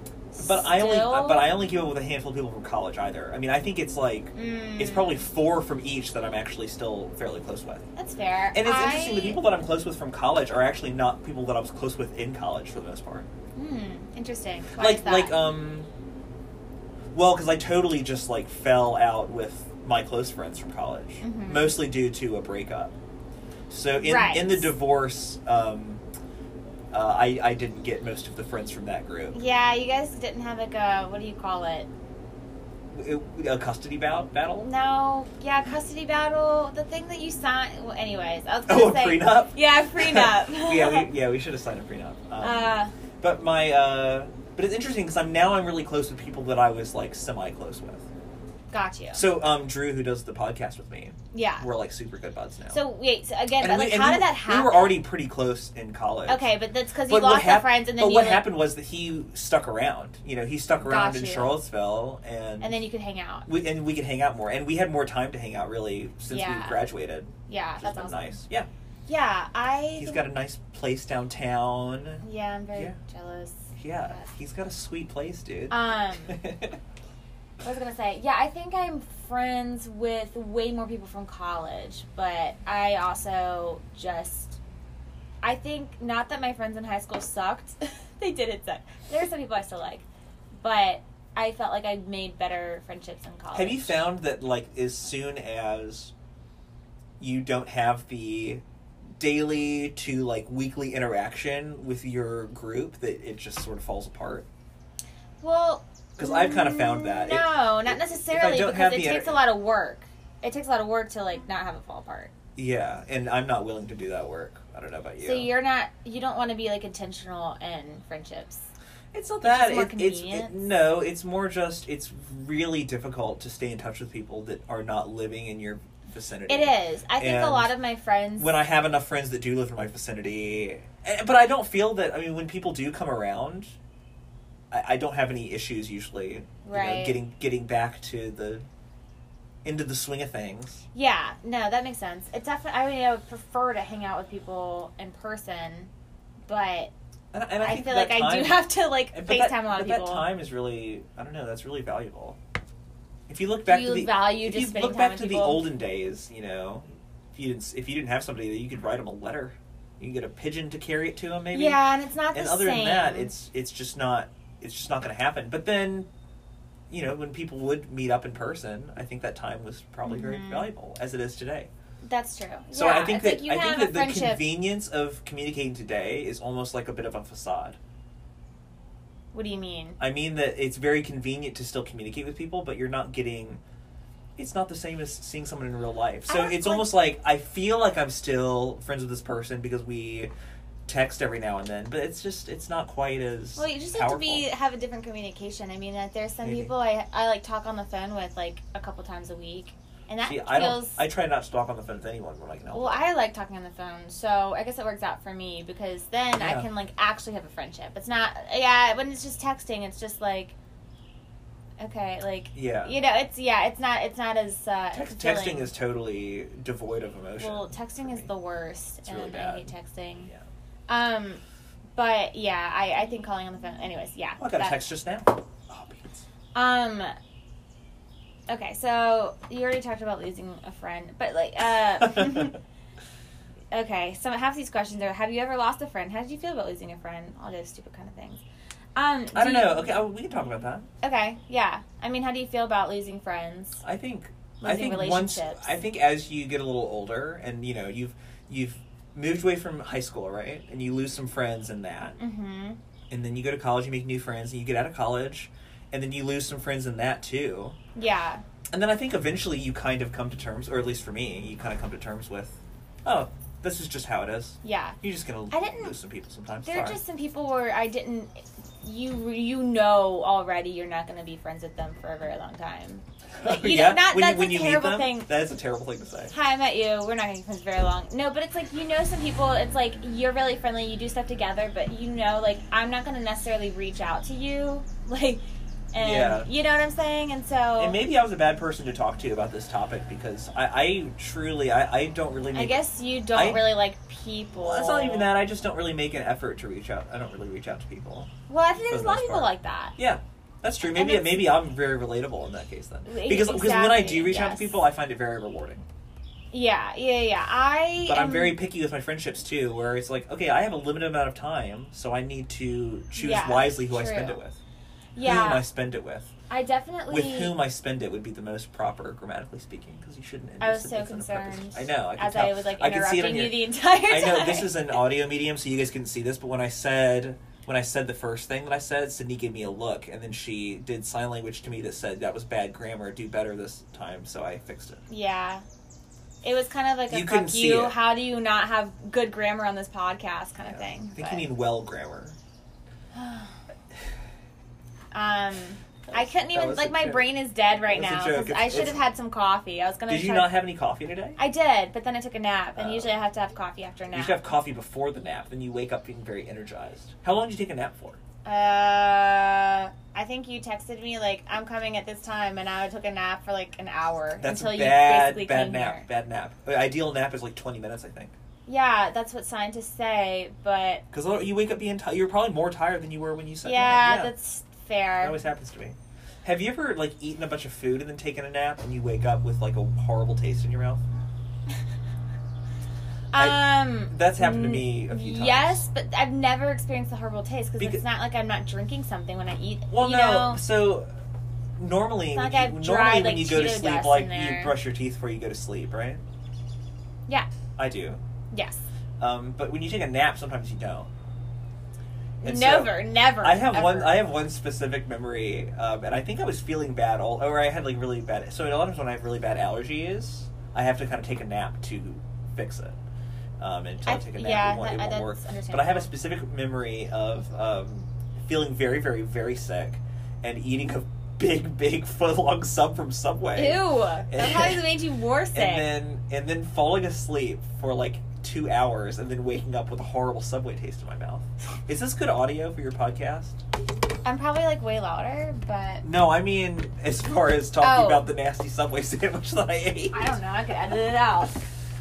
Speaker 2: But I only uh,
Speaker 3: still.
Speaker 2: but I only keep up with a handful of people from college either. I mean, I think it's like
Speaker 3: Mm,
Speaker 2: it's probably four from each that I'm actually still fairly close with.
Speaker 3: Mm, that's fair.
Speaker 2: And it's
Speaker 3: I-
Speaker 2: interesting. The people that I'm close with from college are actually not people that I was close with in college for the most part.
Speaker 3: Hmm. Interesting. Why is
Speaker 2: like
Speaker 3: that?
Speaker 2: like um. Well, because I totally just like fell out with my close friends from college,
Speaker 3: Mhm.
Speaker 2: mostly due to a breakup. So in
Speaker 3: Right.
Speaker 2: in the divorce, um, uh, I I didn't get most of the friends from that group.
Speaker 3: Yeah, you guys didn't have like a what do you call it?
Speaker 2: It- a custody bout battle.
Speaker 3: No, yeah, custody battle. The thing that you signed. Well, anyways, I was gonna
Speaker 2: Oh, a
Speaker 3: say
Speaker 2: prenup.
Speaker 3: Yeah, prenup.
Speaker 2: yeah, we, yeah, we should have signed a prenup. Um,
Speaker 3: uh,
Speaker 2: but my uh, but it's interesting because I'm now I'm really close with people that I was like semi close with.
Speaker 3: got you.
Speaker 2: So um, Drew, who does the podcast with me,
Speaker 3: yeah.
Speaker 2: we're like super good buds now.
Speaker 3: So wait, so again,
Speaker 2: And
Speaker 3: but
Speaker 2: we-
Speaker 3: like,
Speaker 2: and
Speaker 3: how
Speaker 2: we-
Speaker 3: did that happen?
Speaker 2: We were already pretty close in college.
Speaker 3: okay, but that's because you
Speaker 2: But what
Speaker 3: lost your
Speaker 2: hap-
Speaker 3: friends, and then
Speaker 2: but
Speaker 3: you
Speaker 2: what
Speaker 3: like,
Speaker 2: happened was that he stuck around. You know, he stuck around
Speaker 3: Got
Speaker 2: in
Speaker 3: you.
Speaker 2: Charlottesville, and
Speaker 3: and then you could hang out.
Speaker 2: we, and we could hang out more, and we had more time to hang out really since
Speaker 3: Yeah.
Speaker 2: we graduated.
Speaker 3: Yeah,
Speaker 2: Which has
Speaker 3: that's
Speaker 2: been
Speaker 3: awesome.
Speaker 2: nice. Yeah,
Speaker 3: Yeah, I.
Speaker 2: he's
Speaker 3: think-
Speaker 2: got a nice place downtown.
Speaker 3: Yeah, I'm very
Speaker 2: Yeah.
Speaker 3: jealous.
Speaker 2: Yeah,
Speaker 3: Yes.
Speaker 2: he's got a sweet place, dude.
Speaker 3: Um, I was gonna say, yeah, I think I'm friends with way more people from college, but I also just, I think not that my friends in high school sucked, they didn't suck. There are some people I still like, but I felt like I made better friendships in college.
Speaker 2: Have you found that like as soon as you don't have the daily to like weekly interaction with your group that it just sort of falls apart?
Speaker 3: Well,
Speaker 2: 'Cause I've kinda found that. It-
Speaker 3: Mm, No, not
Speaker 2: it-
Speaker 3: necessarily
Speaker 2: if I don't
Speaker 3: because
Speaker 2: have
Speaker 3: it
Speaker 2: the
Speaker 3: takes
Speaker 2: inter-
Speaker 3: a lot of work. It takes a lot of work to like not have it fall apart.
Speaker 2: Yeah, and I'm not willing to do that work. I don't know about you.
Speaker 3: So you're not, you don't want to be like intentional in friendships.
Speaker 2: it's not
Speaker 3: just
Speaker 2: that
Speaker 3: more
Speaker 2: it- it's it,
Speaker 3: convenience.
Speaker 2: no, it's more just it's really difficult to stay in touch with people that are not living in your vicinity.
Speaker 3: It is. I think a
Speaker 2: And
Speaker 3: lot of my friends.
Speaker 2: when I have enough friends that do live in my vicinity. And, but I don't feel that. I mean, when people do come around, I, I don't have any issues usually. you know,
Speaker 3: Right.
Speaker 2: getting getting back to the into the swing of things.
Speaker 3: Yeah, no, that makes sense. It definitely. I mean, I would prefer to hang out with people in person, but
Speaker 2: And, and I,
Speaker 3: I,
Speaker 2: think
Speaker 3: feel
Speaker 2: that
Speaker 3: like I do
Speaker 2: time-
Speaker 3: have to like
Speaker 2: but
Speaker 3: FaceTime
Speaker 2: that-
Speaker 3: a lot of
Speaker 2: but
Speaker 3: people.
Speaker 2: That time is really, I don't know, that's really valuable. If you look back
Speaker 3: you
Speaker 2: to the
Speaker 3: value
Speaker 2: if
Speaker 3: just
Speaker 2: you
Speaker 3: spending
Speaker 2: look back
Speaker 3: time with
Speaker 2: to the
Speaker 3: people?
Speaker 2: olden days, you know, if you didn't if you didn't have somebody that you could write them a letter, you can get a pigeon to carry it to them, maybe.
Speaker 3: Yeah, and it's not
Speaker 2: and
Speaker 3: the
Speaker 2: other
Speaker 3: same.
Speaker 2: than that, it's it's just not it's just not going to happen. But then, you know, when people would meet up in person, I think that time was probably very
Speaker 3: Mhm.
Speaker 2: valuable as it is today.
Speaker 3: that's true.
Speaker 2: So
Speaker 3: yeah,
Speaker 2: I think
Speaker 3: it's
Speaker 2: that
Speaker 3: like you
Speaker 2: I
Speaker 3: have
Speaker 2: think that
Speaker 3: a
Speaker 2: the
Speaker 3: friendship.
Speaker 2: convenience of communicating today is almost like a bit of a facade.
Speaker 3: what do you mean?
Speaker 2: I mean that it's very convenient to still communicate with people, but you're not getting. It's not the same as seeing someone in real life.
Speaker 3: I
Speaker 2: So
Speaker 3: don't
Speaker 2: it's
Speaker 3: like-
Speaker 2: almost like I feel like I'm still friends with this person because we text every now and then, but it's just it's not quite as
Speaker 3: Well, you just have
Speaker 2: powerful.
Speaker 3: to be have a different communication. I mean, like, there's some
Speaker 2: Maybe.
Speaker 3: people I I like talk on the phone with like a couple times a week, and that
Speaker 2: See,
Speaker 3: feels.
Speaker 2: I don't. I try not to talk on the phone with anyone when I can help.
Speaker 3: Well, I like talking on the phone, so I guess it works out for me because then
Speaker 2: Yeah.
Speaker 3: I can like actually have a friendship. It's not, yeah, when it's just texting, it's just like, okay, like,
Speaker 2: it. yeah.
Speaker 3: you know, it's yeah, it's not, it's not as uh,
Speaker 2: Text,
Speaker 3: fulfilling.
Speaker 2: texting is totally devoid of emotion.
Speaker 3: well, texting
Speaker 2: for
Speaker 3: is
Speaker 2: me.
Speaker 3: the worst,
Speaker 2: It's
Speaker 3: and
Speaker 2: really
Speaker 3: I hate texting.
Speaker 2: Yeah.
Speaker 3: Um, but yeah, I I think calling on the phone, anyways, yeah.
Speaker 2: Oh, I got a
Speaker 3: that-
Speaker 2: text just now. Oh, beans.
Speaker 3: Um. Okay, so you already talked about losing a friend, but like, uh, Okay, so half these questions are: Have you ever lost a friend? How did you feel about losing a friend? All those stupid kind of things. Um,
Speaker 2: I don't
Speaker 3: do you-
Speaker 2: know. Okay, oh, we can talk about that.
Speaker 3: Okay, yeah. I mean, how do you feel about losing friends?
Speaker 2: I think I
Speaker 3: Losing
Speaker 2: think
Speaker 3: relationships.
Speaker 2: once I think as you get a little older and you know you've you've moved away from high school right and you lose some friends in that
Speaker 3: Mm-hmm.
Speaker 2: and then you go to college you make new friends and you get out of college and then you lose some friends in that too
Speaker 3: Yeah,
Speaker 2: and then I think eventually you kind of come to terms or at least for me you kind of come to terms with oh this is just how it is
Speaker 3: yeah.
Speaker 2: you're just gonna
Speaker 3: I didn't-
Speaker 2: lose some people sometimes
Speaker 3: There are
Speaker 2: Sorry.
Speaker 3: just some people where I didn't. You you know already you're not going to be friends with them for a very long time. like, you know,
Speaker 2: when,
Speaker 3: not-
Speaker 2: you-
Speaker 3: that's
Speaker 2: when
Speaker 3: a
Speaker 2: you
Speaker 3: terrible
Speaker 2: meet them
Speaker 3: thing.
Speaker 2: that is a terrible thing to say
Speaker 3: Hi, I met you. We're not gonna be friends very long. No, but it's like you know some people. It's like you're really friendly. You do stuff together, but you know, like I'm not gonna necessarily reach out to you, like, and
Speaker 2: Yeah.
Speaker 3: you know what I'm saying. And so
Speaker 2: And maybe I was a bad person to talk to about this topic because I, I truly, I, I don't really make.
Speaker 3: I guess you don't
Speaker 2: I-
Speaker 3: really like people.
Speaker 2: Well, it's not even that. I just don't really make an effort to reach out. I don't really reach out to people.
Speaker 3: Well, I think there's
Speaker 2: For
Speaker 3: a
Speaker 2: the
Speaker 3: lot of
Speaker 2: most
Speaker 3: people
Speaker 2: part.
Speaker 3: like that.
Speaker 2: Yeah, that's true. Maybe
Speaker 3: that's-
Speaker 2: maybe I'm very relatable in that case then.
Speaker 3: E-
Speaker 2: Because because when I
Speaker 3: exactly,
Speaker 2: do reach out to
Speaker 3: yes.
Speaker 2: people, I find it very rewarding.
Speaker 3: Yeah, yeah, yeah. I.
Speaker 2: But I'm
Speaker 3: am-
Speaker 2: very picky with my friendships too, where it's like, okay, I have a limited amount of time, so I need to choose
Speaker 3: Yeah,
Speaker 2: wisely who I spend
Speaker 3: true.
Speaker 2: it with. Whom I
Speaker 3: Yeah,
Speaker 2: spend it with.
Speaker 3: I definitely.
Speaker 2: With whom I spend it would be the most proper, grammatically speaking, because you shouldn't. end
Speaker 3: I
Speaker 2: your
Speaker 3: was so
Speaker 2: sentences on a purpose.
Speaker 3: concerned
Speaker 2: I know. I can
Speaker 3: as
Speaker 2: tell.
Speaker 3: I was like
Speaker 2: I can see it on
Speaker 3: interrupting
Speaker 2: your-
Speaker 3: you the entire time.
Speaker 2: I know this is an audio medium, so you guys couldn't see this. But when I said when I said the first thing that I said, Sydney gave me a look, and then she did sign language to me that said that was bad grammar. Do better this time. So I fixed it.
Speaker 3: Yeah. It was kind of like a
Speaker 2: You couldn't
Speaker 3: fuck
Speaker 2: see
Speaker 3: you.
Speaker 2: it.
Speaker 3: How do you not have good grammar on this podcast kind of
Speaker 2: Yeah.
Speaker 3: thing?
Speaker 2: I think
Speaker 3: but-
Speaker 2: you mean well grammar.
Speaker 3: um, I couldn't
Speaker 2: That
Speaker 3: even
Speaker 2: was
Speaker 3: like
Speaker 2: a
Speaker 3: my
Speaker 2: joke.
Speaker 3: brain is dead right
Speaker 2: That was a
Speaker 3: now.
Speaker 2: joke.
Speaker 3: 'cause
Speaker 2: It's-
Speaker 3: I should
Speaker 2: it's-
Speaker 3: have had some coffee. I was gonna.
Speaker 2: Did you
Speaker 3: try-
Speaker 2: not have any coffee today?
Speaker 3: I did, but then I took a nap, and
Speaker 2: Oh.
Speaker 3: usually I have to have coffee after a
Speaker 2: You
Speaker 3: nap.
Speaker 2: should have coffee before the nap, then you wake up being very energized. How long did you take a nap for?
Speaker 3: uh, I think you texted me like I'm coming at this time, and I took a nap for like an hour
Speaker 2: That's
Speaker 3: until
Speaker 2: a bad,
Speaker 3: you basically
Speaker 2: bad
Speaker 3: came
Speaker 2: nap.
Speaker 3: here.
Speaker 2: Bad nap. The ideal nap is like twenty minutes, I think,
Speaker 3: Yeah, that's what scientists say, but
Speaker 2: because you wake up being tired. You're probably more tired than you were when you
Speaker 3: yeah,
Speaker 2: said. that.
Speaker 3: that's
Speaker 2: That
Speaker 3: fair.
Speaker 2: always happens to me. Have you ever like eaten a bunch of food and then taken a nap and you wake up with like a horrible taste in your mouth? I-
Speaker 3: um,
Speaker 2: That's happened to
Speaker 3: Mm,
Speaker 2: me a few times.
Speaker 3: Yes, but I've never experienced the horrible taste because
Speaker 2: Becau-
Speaker 3: it's not like I'm not drinking something when I eat.
Speaker 2: Well,
Speaker 3: you
Speaker 2: no.
Speaker 3: know,
Speaker 2: So normally,
Speaker 3: It's
Speaker 2: when
Speaker 3: not
Speaker 2: you,
Speaker 3: like I've
Speaker 2: normally
Speaker 3: dried,
Speaker 2: when
Speaker 3: like,
Speaker 2: you go to
Speaker 3: Cheeto
Speaker 2: sleep,
Speaker 3: dust
Speaker 2: like
Speaker 3: in there.
Speaker 2: you brush your teeth before you go to sleep, right?
Speaker 3: Yeah.
Speaker 2: I do.
Speaker 3: yes,
Speaker 2: Um, but when you take a nap, sometimes you don't. And so-
Speaker 3: never, never.
Speaker 2: I have
Speaker 3: ever.
Speaker 2: one. I have one specific memory, um, and I think I was feeling bad all, or I had like really bad. So a lot of times when I have really bad allergies, I have to kind of take a nap to fix it. Um, and until I,
Speaker 3: I-
Speaker 2: take a nap,
Speaker 3: yeah,
Speaker 2: it won't,
Speaker 3: that-
Speaker 2: it won't
Speaker 3: that's
Speaker 2: work. But I
Speaker 3: understandable.
Speaker 2: have a specific memory of um, feeling very, very, very sick, and eating a big, big foot long sub from Subway,
Speaker 3: Ew, that probably made you more sick.
Speaker 2: and then and then falling asleep for like two hours and then waking up with a horrible subway taste in my mouth. Is this good audio for your podcast?
Speaker 3: I'm probably like way louder, but
Speaker 2: No, I mean as far as talking
Speaker 3: Oh.
Speaker 2: about the nasty subway sandwich that I ate.
Speaker 3: I don't know. I could edit it out.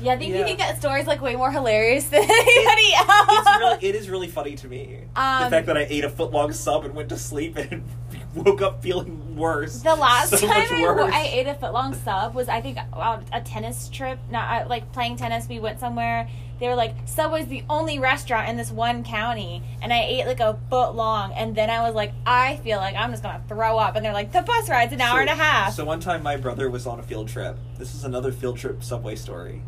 Speaker 3: Yeah, I think
Speaker 2: Yeah.
Speaker 3: you think that story's like way more hilarious than anybody else.
Speaker 2: It's really, it is really funny to me. the
Speaker 3: Um,
Speaker 2: fact that I ate a foot long sub and went to sleep and woke up feeling worse.
Speaker 3: The last
Speaker 2: so
Speaker 3: time
Speaker 2: much
Speaker 3: I,
Speaker 2: worse.
Speaker 3: I ate a foot long sub was I think on a tennis trip. Not uh, like playing tennis. We went somewhere. They were like Subway's the only restaurant in this one county, and I ate like a foot long, and then I was like, I feel like I'm just gonna throw up. And they're like, the bus ride's an hour
Speaker 2: So-
Speaker 3: and a half.
Speaker 2: So one time my brother was on a field trip. This is another field trip subway story.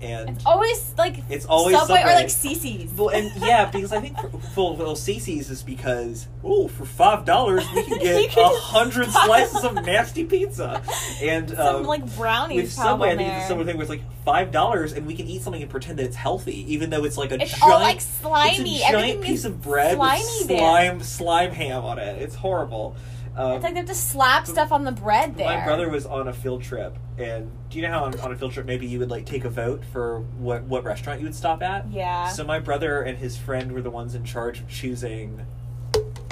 Speaker 2: And
Speaker 3: it's always like
Speaker 2: It's always
Speaker 3: subway,
Speaker 2: Subway.
Speaker 3: or like CC's.
Speaker 2: Well, and yeah, because I think for, for well, Cece's is because oh, for five dollars we can
Speaker 3: You
Speaker 2: get
Speaker 3: can
Speaker 2: a
Speaker 3: just
Speaker 2: hundred
Speaker 3: buy-
Speaker 2: slices of nasty pizza, and
Speaker 3: Some
Speaker 2: um,
Speaker 3: like brownies.
Speaker 2: with Subway, I
Speaker 3: problem
Speaker 2: think it's a
Speaker 3: there.
Speaker 2: similar thing where it's like five dollars and we can eat something and pretend that it's healthy, even though it's like a
Speaker 3: It's
Speaker 2: giant,
Speaker 3: all like slimy.
Speaker 2: it's a giant
Speaker 3: Everything
Speaker 2: piece
Speaker 3: is
Speaker 2: of bread
Speaker 3: slimy
Speaker 2: with
Speaker 3: there.
Speaker 2: slime slime ham on it. It's horrible. Um,
Speaker 3: It's like they have to slap stuff on the bread there.
Speaker 2: my brother was on a field trip, and do you know how on, on a field trip maybe you would like take a vote for what what restaurant you would stop at?
Speaker 3: Yeah.
Speaker 2: So my brother and his friend were the ones in charge of choosing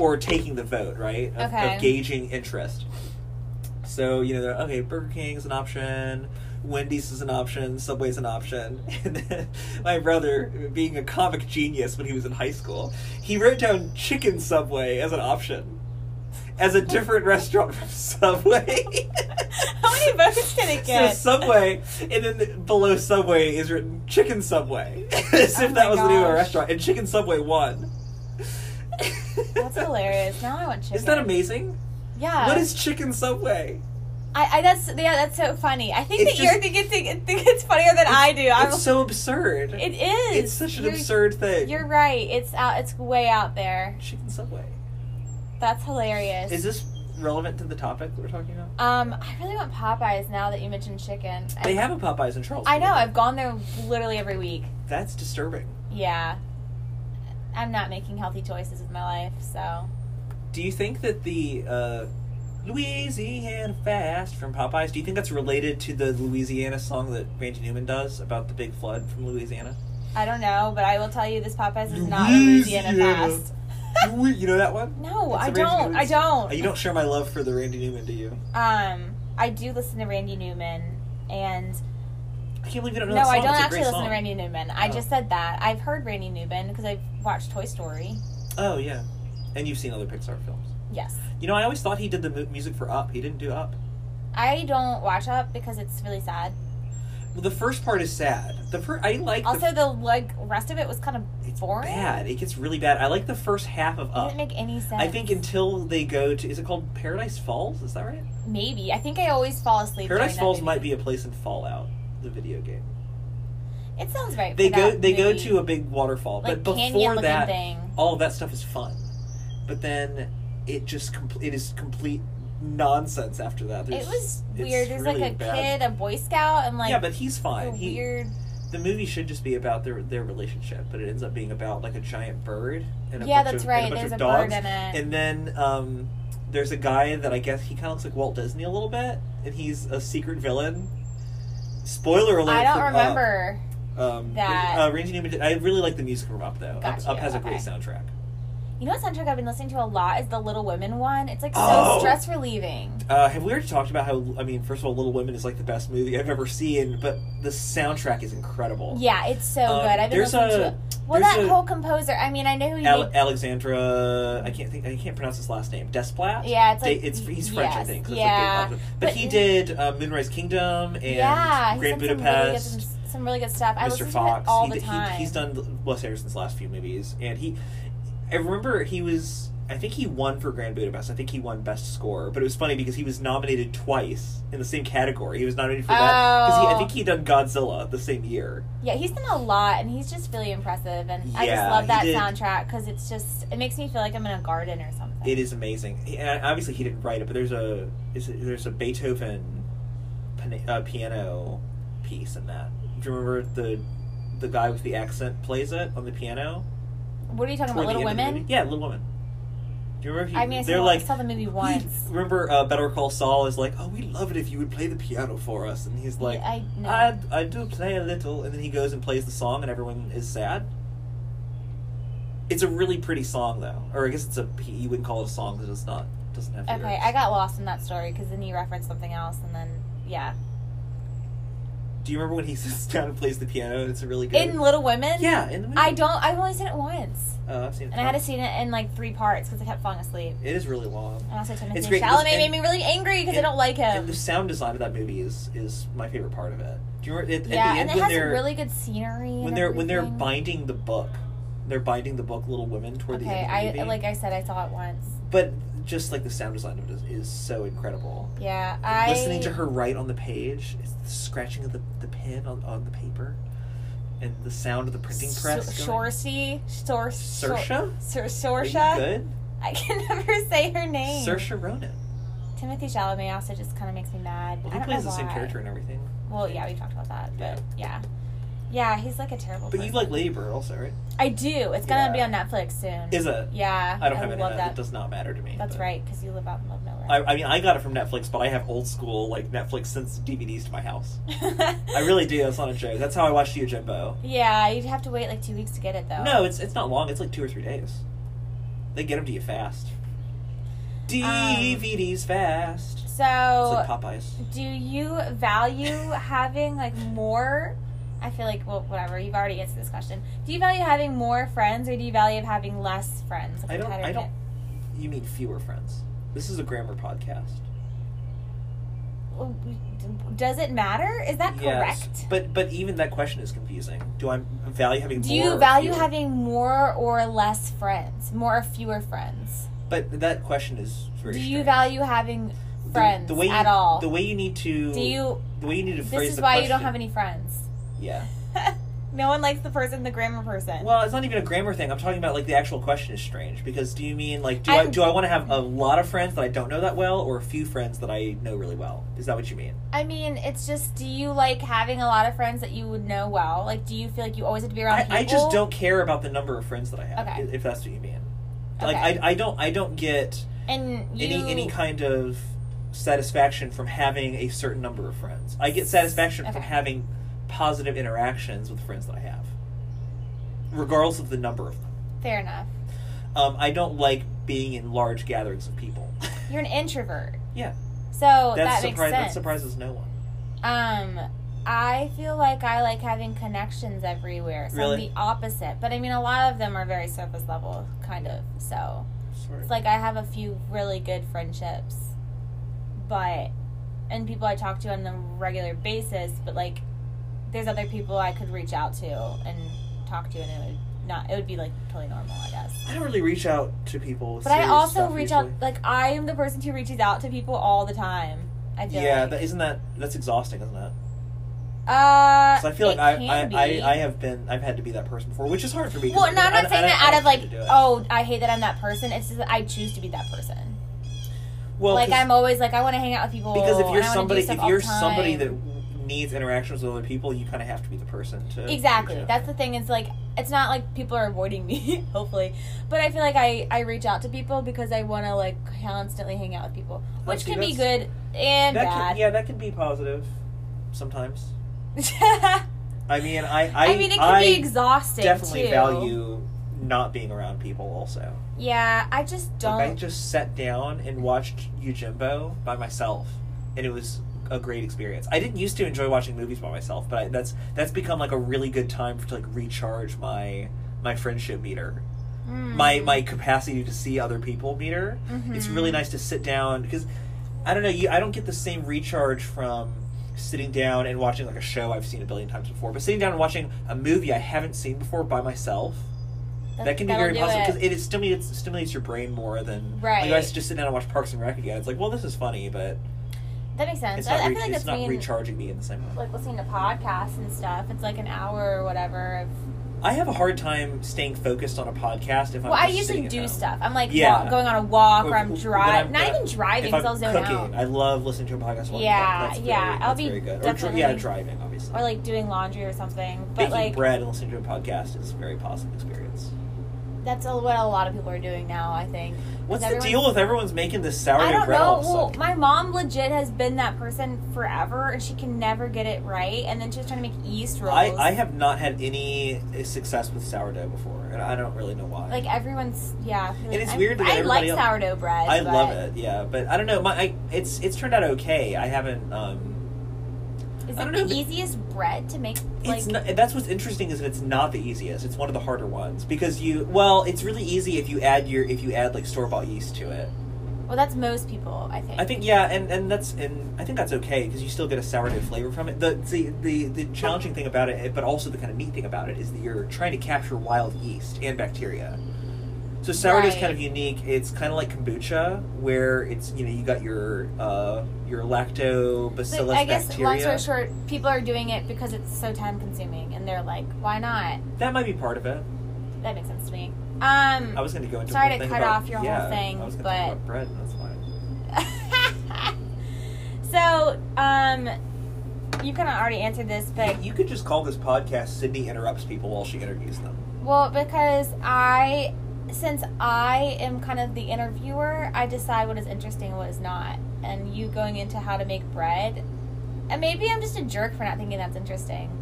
Speaker 2: or taking the vote, right? Of,
Speaker 3: Okay.
Speaker 2: of gauging interest. So, you know, they're, okay, Burger King's an option, Wendy's is an option, Subway's an option. And then my brother, being a comic genius when he was in high school, he wrote down Chicken Subway as an option. As a different restaurant from Subway.
Speaker 3: How many votes did it get?
Speaker 2: So Subway, and then below Subway is written Chicken Subway, as
Speaker 3: Oh
Speaker 2: if that
Speaker 3: my
Speaker 2: was the name of a
Speaker 3: gosh.
Speaker 2: restaurant. And Chicken Subway won.
Speaker 3: That's hilarious. Now I want chicken.
Speaker 2: Isn't that amazing?
Speaker 3: Yeah.
Speaker 2: What is Chicken Subway?
Speaker 3: I, I that's yeah, that's so funny. I think
Speaker 2: It's
Speaker 3: that you're
Speaker 2: just-
Speaker 3: thinking think, think it's funnier than I do. I'm,
Speaker 2: it's so absurd.
Speaker 3: it is.
Speaker 2: It's such an
Speaker 3: You're-
Speaker 2: absurd thing.
Speaker 3: You're right. It's out. It's way out there.
Speaker 2: Chicken Subway.
Speaker 3: That's hilarious.
Speaker 2: Is this relevant to the topic that we're talking about?
Speaker 3: um, I really want Popeyes now that you mentioned chicken. I,
Speaker 2: They have a Popeyes in Charleston.
Speaker 3: I know. I've gone there literally every week.
Speaker 2: That's disturbing.
Speaker 3: Yeah. I'm not making healthy choices with my life, so
Speaker 2: Do you think that the uh, Louisiana Fast from Popeyes, do you think that's related to the Louisiana song that Randy Newman does about the big flood from Louisiana?
Speaker 3: I don't know. But I will tell you, this Popeyes is not a
Speaker 2: Louisiana.
Speaker 3: Louisiana fast.
Speaker 2: Louis- you know that one?
Speaker 3: No,
Speaker 2: It's a
Speaker 3: I
Speaker 2: Randy
Speaker 3: don't.
Speaker 2: Newman
Speaker 3: I
Speaker 2: song.
Speaker 3: don't.
Speaker 2: Uh, You don't share my love for the Randy Newman, do you?
Speaker 3: Um, I do listen to Randy Newman, and
Speaker 2: I can't believe you don't know
Speaker 3: no,
Speaker 2: that song.
Speaker 3: I don't
Speaker 2: It's a
Speaker 3: actually
Speaker 2: great
Speaker 3: listen
Speaker 2: song.
Speaker 3: to Randy Newman. I
Speaker 2: Oh.
Speaker 3: just said that I've heard Randy Newman because I've watched Toy Story.
Speaker 2: Oh, yeah. And you've seen other Pixar films.
Speaker 3: Yes,
Speaker 2: You know, I always thought he did the mu- music for Up. He didn't do Up.
Speaker 3: I don't watch Up because it's really sad.
Speaker 2: Well, the first part is sad. The fir- I like the-
Speaker 3: Also, the like rest of it was kind of
Speaker 2: it's
Speaker 3: boring.
Speaker 2: bad. It gets really bad. I like the first half of
Speaker 3: It
Speaker 2: Up.
Speaker 3: didn't make any sense.
Speaker 2: I think until they go to is it called Paradise Falls? Is that right?
Speaker 3: maybe I think I always fall asleep. during
Speaker 2: Paradise
Speaker 3: that
Speaker 2: Falls
Speaker 3: movie.
Speaker 2: might be a place in Fallout, the video game.
Speaker 3: It sounds right.
Speaker 2: They
Speaker 3: for
Speaker 2: go
Speaker 3: that
Speaker 2: they go
Speaker 3: movie.
Speaker 2: to a big waterfall,
Speaker 3: like
Speaker 2: but
Speaker 3: canyon
Speaker 2: before
Speaker 3: looking
Speaker 2: that,
Speaker 3: thing.
Speaker 2: all of that stuff is fun. But then it just compl- it is complete nonsense after that.
Speaker 3: It
Speaker 2: There's-
Speaker 3: was
Speaker 2: it's
Speaker 3: weird. There's
Speaker 2: really
Speaker 3: like a
Speaker 2: bad.
Speaker 3: kid, a Boy Scout, and like
Speaker 2: yeah, but he's
Speaker 3: a
Speaker 2: fine. He,
Speaker 3: weird.
Speaker 2: the movie should just be about their their relationship, but it ends up being about like a giant bird and a
Speaker 3: Yeah,
Speaker 2: bunch
Speaker 3: that's
Speaker 2: of,
Speaker 3: right.
Speaker 2: and a bunch
Speaker 3: There's
Speaker 2: of
Speaker 3: a
Speaker 2: dogs.
Speaker 3: bird in it.
Speaker 2: And then um, there's a guy that I guess he kind of looks like Walt Disney a little bit, and he's a secret villain. Spoiler alert!
Speaker 3: I don't
Speaker 2: from Up.
Speaker 3: remember.
Speaker 2: um,
Speaker 3: that.
Speaker 2: Uh, Randy Newman. Did, I really like the music from Up though.
Speaker 3: Got
Speaker 2: Up,
Speaker 3: you,
Speaker 2: Up has a great
Speaker 3: okay.
Speaker 2: soundtrack.
Speaker 3: You know what soundtrack I've been listening to a lot is the Little Women one. It's like so
Speaker 2: Oh.
Speaker 3: stress relieving.
Speaker 2: Uh, have we already talked about how? I mean, first of all, Little Women is like the best movie I've ever seen, but the soundtrack is incredible.
Speaker 3: Yeah, it's so
Speaker 2: Um,
Speaker 3: good. I've been
Speaker 2: there's
Speaker 3: listening
Speaker 2: a-
Speaker 3: to it. Well,
Speaker 2: there's
Speaker 3: that
Speaker 2: a-
Speaker 3: whole composer. I mean, I know who you.
Speaker 2: Ale- Alexandra, I can't think. I can't pronounce his last name. Desplat.
Speaker 3: Yeah, it's
Speaker 2: They-
Speaker 3: like-
Speaker 2: it's he's French, I
Speaker 3: yes,
Speaker 2: think. so it's
Speaker 3: yeah.
Speaker 2: like they- but,
Speaker 3: But-
Speaker 2: he did uh, Moonrise Kingdom and
Speaker 3: yeah, he's
Speaker 2: Grand
Speaker 3: done
Speaker 2: Budapest.
Speaker 3: Some really, good, some really good stuff. I listen
Speaker 2: Mr. Fox.
Speaker 3: to it all
Speaker 2: he, d-
Speaker 3: the
Speaker 2: he-
Speaker 3: time.
Speaker 2: he's done Wes Anderson's last few movies, and he. I remember he was. I think he won for Grand Budapest. I think he won Best Score, but it was funny because he was nominated twice in the same category. He was nominated for that because I
Speaker 3: Oh.
Speaker 2: think he done Godzilla the same year.
Speaker 3: Yeah, he's done a lot, and he's just really impressive. And I just
Speaker 2: Yeah,
Speaker 3: love
Speaker 2: he
Speaker 3: that
Speaker 2: did.
Speaker 3: soundtrack because it's just it makes me feel like I'm in a garden or something.
Speaker 2: It is amazing. He- And obviously, he didn't write it, but there's a is it, there's a Beethoven pan- uh, piano piece in that. Do you remember the the guy with the accent plays it on the piano?
Speaker 3: What are you talking
Speaker 2: toward
Speaker 3: about,
Speaker 2: the
Speaker 3: Little
Speaker 2: end of the
Speaker 3: Women?
Speaker 2: movie? Yeah, Little Women. Do you remember? If you,
Speaker 3: I mean, I
Speaker 2: they're
Speaker 3: saw,
Speaker 2: like,
Speaker 3: I saw the movie once.
Speaker 2: "We- remember uh, Better Call Saul is like, oh, we love it if you would play the piano for us, and he's like,
Speaker 3: I no.
Speaker 2: I, I do play a little, and then he goes and plays the song, and everyone is sad. It's a really pretty song, though, or I guess it's a p- you wouldn't call it a song because it's not doesn't have.
Speaker 3: okay,
Speaker 2: lyrics.
Speaker 3: I got lost in that story because then you referenced something else, and then yeah,
Speaker 2: Do you remember when he sits down and plays the piano? and It's a really good.
Speaker 3: in Little Women.
Speaker 2: yeah, in the movie.
Speaker 3: I don't. I've only seen it once,
Speaker 2: Oh, I've seen it.
Speaker 3: and I had to
Speaker 2: twice.
Speaker 3: see it in like three parts because I kept falling asleep.
Speaker 2: It is really long.
Speaker 3: And also,
Speaker 2: It's
Speaker 3: Timothy
Speaker 2: great.
Speaker 3: Chalamet
Speaker 2: And-
Speaker 3: made me really angry because I
Speaker 2: and-
Speaker 3: don't like
Speaker 2: And
Speaker 3: him.
Speaker 2: the sound design of that movie is is my favorite part of it. Do you remember at,
Speaker 3: yeah,
Speaker 2: at the end
Speaker 3: and it
Speaker 2: when
Speaker 3: has
Speaker 2: they're
Speaker 3: really good scenery. and
Speaker 2: when they're when they're
Speaker 3: everything.
Speaker 2: binding the book, they're binding the book, Little Women, toward the
Speaker 3: Okay,
Speaker 2: end. Of the
Speaker 3: I
Speaker 2: movie.
Speaker 3: like I said, I saw it once.
Speaker 2: But just like the sound design of it is, is so incredible.
Speaker 3: Yeah, I
Speaker 2: Listening to her write on the page, it's the scratching of the, the pen on, on the paper, and the sound of the printing press. going.
Speaker 3: Shorsey, Sor, Sor,
Speaker 2: Saoirse?
Speaker 3: Sor,
Speaker 2: Are you
Speaker 3: Saoirse?
Speaker 2: good?
Speaker 3: I can never say her name.
Speaker 2: Saoirse Ronan.
Speaker 3: Timothy Chalamet also just kind of makes me mad.
Speaker 2: Well,
Speaker 3: I
Speaker 2: he
Speaker 3: don't
Speaker 2: plays
Speaker 3: know
Speaker 2: the same
Speaker 3: why.
Speaker 2: character and everything.
Speaker 3: Well, yeah, we talked about that, but yeah, yeah, he's like a terrible.
Speaker 2: But you
Speaker 3: person.
Speaker 2: like Lady Bird also, right?
Speaker 3: I do. It's
Speaker 2: Yeah.
Speaker 3: gonna be on Netflix soon.
Speaker 2: Is it?
Speaker 3: yeah,
Speaker 2: I don't have any of that.
Speaker 3: love that.
Speaker 2: It does not matter to me.
Speaker 3: That's
Speaker 2: but-
Speaker 3: right, because you live out in Love Miller.
Speaker 2: I, I mean, I got it from Netflix, but I have old school like Netflix sends DVDs to my house. I really do. That's not a joke. That's how I watched Yojimbo.
Speaker 3: Yeah, you'd have to wait like two weeks to get it though.
Speaker 2: No, it's it's not long. It's like two or three days. They get them to you fast. DVDs fast. It's
Speaker 3: Um, So,
Speaker 2: like Popeyes.
Speaker 3: do you value having like more? I feel like well, whatever. You've already answered this question. Do you value having more friends, or do you value having less friends? Like
Speaker 2: I don't. I
Speaker 3: competitive-
Speaker 2: don't. You mean fewer friends? This is a grammar podcast.
Speaker 3: Well, we- Does it matter? Is that correct?
Speaker 2: But but even that question is confusing. Do I value having?
Speaker 3: Do
Speaker 2: more
Speaker 3: you
Speaker 2: or
Speaker 3: value
Speaker 2: fewer?
Speaker 3: having more or less friends? More or fewer friends?
Speaker 2: But that question is very.
Speaker 3: do you
Speaker 2: strange.
Speaker 3: value having
Speaker 2: The-
Speaker 3: friends
Speaker 2: the, way you,
Speaker 3: at all?
Speaker 2: The way you need to.
Speaker 3: do you?
Speaker 2: The way you need to phrase
Speaker 3: This is
Speaker 2: the
Speaker 3: why
Speaker 2: question.
Speaker 3: you don't have any friends.
Speaker 2: Yeah.
Speaker 3: no one likes the person, the grammar person.
Speaker 2: Well, it's not even a grammar thing. I'm talking about like the actual question is strange because do you mean like do I
Speaker 3: I'm-
Speaker 2: do I want to have a lot of friends that I don't know that well or a few friends that I know really well? Is that what you mean?
Speaker 3: I mean, it's just do you like having a lot of friends that you would know well? Like, do you feel like you always have to be around
Speaker 2: I,
Speaker 3: people?
Speaker 2: I just don't care about the number of friends that I have.
Speaker 3: Okay.
Speaker 2: i- If that's what you mean, like
Speaker 3: Okay.
Speaker 2: I, I don't I don't get
Speaker 3: And you,
Speaker 2: any any kind of satisfaction from having a certain number of friends. I get satisfaction from
Speaker 3: Okay.
Speaker 2: having positive interactions with friends that I have, regardless of the number of them.
Speaker 3: fair enough.
Speaker 2: Um, I don't like being in large gatherings of people.
Speaker 3: You're an introvert,
Speaker 2: yeah.
Speaker 3: so
Speaker 2: That's
Speaker 3: that makes
Speaker 2: surpri- That
Speaker 3: sense.
Speaker 2: surprises no one.
Speaker 3: Um, I feel like I like having connections everywhere. So
Speaker 2: Really?
Speaker 3: I'm the opposite, but I mean, a lot of them are very surface level, kind of. So
Speaker 2: Sort
Speaker 3: it's like I have a few really good friendships, but and people I talk to on a regular basis. But like, there's other people I could reach out to and talk to, and it would not. It would be like totally normal, I guess.
Speaker 2: I don't really reach out to people. With
Speaker 3: But I
Speaker 2: serious
Speaker 3: also
Speaker 2: stuff
Speaker 3: reach
Speaker 2: usually.
Speaker 3: out. Like I am the person who reaches out to people all the time. I feel
Speaker 2: Yeah,
Speaker 3: like.
Speaker 2: that, isn't that that's exhausting, isn't it?
Speaker 3: uh,
Speaker 2: So I feel
Speaker 3: it
Speaker 2: like I,
Speaker 3: can
Speaker 2: I,
Speaker 3: be.
Speaker 2: I I have been I've had to be that person before, which is hard for me. 'cause
Speaker 3: Well,
Speaker 2: I-
Speaker 3: no, I'm
Speaker 2: I- I
Speaker 3: not saying
Speaker 2: don't
Speaker 3: that out
Speaker 2: know
Speaker 3: of
Speaker 2: how
Speaker 3: like,
Speaker 2: to do it.
Speaker 3: oh, I hate that I'm that person. It's just that I choose to be that person.
Speaker 2: well,
Speaker 3: like
Speaker 2: 'cause-
Speaker 3: I'm always like I want to hang out with people.
Speaker 2: because if
Speaker 3: and
Speaker 2: you're
Speaker 3: I wanna do
Speaker 2: somebody
Speaker 3: stuff
Speaker 2: if
Speaker 3: all
Speaker 2: you're
Speaker 3: the time.
Speaker 2: somebody that needs interactions with other people, you kind of have to be the person to
Speaker 3: exactly
Speaker 2: reach out.
Speaker 3: that's the thing. It's like it's not like people are avoiding me, hopefully, but I feel like I I reach out to people because I want to like constantly hang out with people, which
Speaker 2: see,
Speaker 3: could be
Speaker 2: that's-
Speaker 3: good and
Speaker 2: that can,
Speaker 3: bad.
Speaker 2: yeah, that can be positive sometimes.
Speaker 3: I,
Speaker 2: I mean, I I,
Speaker 3: mean, it can
Speaker 2: I
Speaker 3: be exhausting
Speaker 2: definitely
Speaker 3: too.
Speaker 2: value not being around people also.
Speaker 3: Yeah, I just don't.
Speaker 2: Like, I just sat down and watched Yojimbo by myself, and it was a great experience. I didn't used to enjoy watching movies by myself, but I, that's that's become like a really good time for, to like recharge my my friendship meter,
Speaker 3: Mm.
Speaker 2: my my capacity to see other people meter. It's
Speaker 3: Mhm.
Speaker 2: really nice to sit down because I don't know you. I don't get the same recharge from sitting down and watching like a show I've seen a billion times before, but sitting down and watching a movie I haven't seen before by myself that can be
Speaker 3: that'll
Speaker 2: very
Speaker 3: do
Speaker 2: positive
Speaker 3: it.
Speaker 2: because it, is stimulates stimulates your brain more than
Speaker 3: Right.
Speaker 2: Like, I just sit down and watch Parks and Rec again. It's like, well, this is funny, but
Speaker 3: That makes sense.
Speaker 2: it's
Speaker 3: I,
Speaker 2: not
Speaker 3: I
Speaker 2: re-
Speaker 3: feel like
Speaker 2: it's
Speaker 3: that's
Speaker 2: not
Speaker 3: mean-
Speaker 2: recharging me in the same way.
Speaker 3: like listening to podcasts and stuff. It's like an hour or whatever. Of,
Speaker 2: I have a hard time staying focused on a podcast if I'm.
Speaker 3: well, I
Speaker 2: just sitting
Speaker 3: usually
Speaker 2: at
Speaker 3: do
Speaker 2: home.
Speaker 3: stuff. I'm like
Speaker 2: Yeah.
Speaker 3: walk, going on a walk,
Speaker 2: Or
Speaker 3: or I'm
Speaker 2: w- when
Speaker 3: driving.
Speaker 2: I'm-
Speaker 3: Not
Speaker 2: uh,
Speaker 3: even driving
Speaker 2: If
Speaker 3: because I'll
Speaker 2: I'm
Speaker 3: zone
Speaker 2: cooking,
Speaker 3: out.
Speaker 2: I love listening to a podcast. While I'm
Speaker 3: Yeah,
Speaker 2: cooking. That's
Speaker 3: yeah,
Speaker 2: very,
Speaker 3: I'll
Speaker 2: that's
Speaker 3: be
Speaker 2: very good. Or dri- yeah,
Speaker 3: definitely-
Speaker 2: driving obviously.
Speaker 3: Or like doing laundry or something. But
Speaker 2: Baking
Speaker 3: like,
Speaker 2: bread and listening to a podcast is a very positive experience.
Speaker 3: That's a, what a lot of people are doing now. I think.
Speaker 2: What's
Speaker 3: Is
Speaker 2: the
Speaker 3: everyone-
Speaker 2: deal with everyone's making this sourdough
Speaker 3: I don't
Speaker 2: bread all
Speaker 3: know.
Speaker 2: of a
Speaker 3: Well,
Speaker 2: sudden?
Speaker 3: my mom legit has been that person forever, and she can never get it right. And then she was trying to make yeast rolls.
Speaker 2: I, I have not had any success with sourdough before, and I don't really know why.
Speaker 3: like everyone's yeah. I feel like-
Speaker 2: it's
Speaker 3: I-
Speaker 2: weird that
Speaker 3: I like
Speaker 2: everybody else-
Speaker 3: sourdough bread.
Speaker 2: I
Speaker 3: but
Speaker 2: love it, yeah, but I don't know. My I, it's it's turned out okay. I haven't. Um,
Speaker 3: Is
Speaker 2: I
Speaker 3: it
Speaker 2: don't
Speaker 3: the
Speaker 2: know, but-
Speaker 3: easiest bread to make? Like
Speaker 2: it's not, that's what's interesting is that it's not the easiest. It's one of the harder ones because you well, it's really easy if you add your if you add like store bought yeast to it.
Speaker 3: well, that's most people. I think.
Speaker 2: I think yeah, and, and that's and I think that's okay because you still get a sourdough flavor from it. The, the the the challenging thing about it, but also the kind of neat thing about it, is that you're trying to capture wild yeast and bacteria. So sourdough is
Speaker 3: Right.
Speaker 2: kind of unique. It's kind of like kombucha, where it's you know you got your uh, your
Speaker 3: But
Speaker 2: lactobacillus
Speaker 3: I guess long
Speaker 2: bacteria.
Speaker 3: story short, people are doing it because it's so time consuming, and they're like, "Why not?"
Speaker 2: that might be part of it.
Speaker 3: That makes sense to me. Um,
Speaker 2: I was going to go into
Speaker 3: Sorry
Speaker 2: a whole
Speaker 3: to
Speaker 2: thing
Speaker 3: cut
Speaker 2: about-
Speaker 3: off your whole
Speaker 2: yeah,
Speaker 3: thing,
Speaker 2: I was gonna
Speaker 3: but-
Speaker 2: talk about bread. That's fine.
Speaker 3: so, um, you kind of already answered this, but
Speaker 2: You could just call this podcast "Sydney interrupts people while she interviews them."
Speaker 3: well, because I, since I am kind of the interviewer, I decide what is interesting and what is not. And you going into how to make bread, and maybe I'm just a jerk for not thinking that's interesting.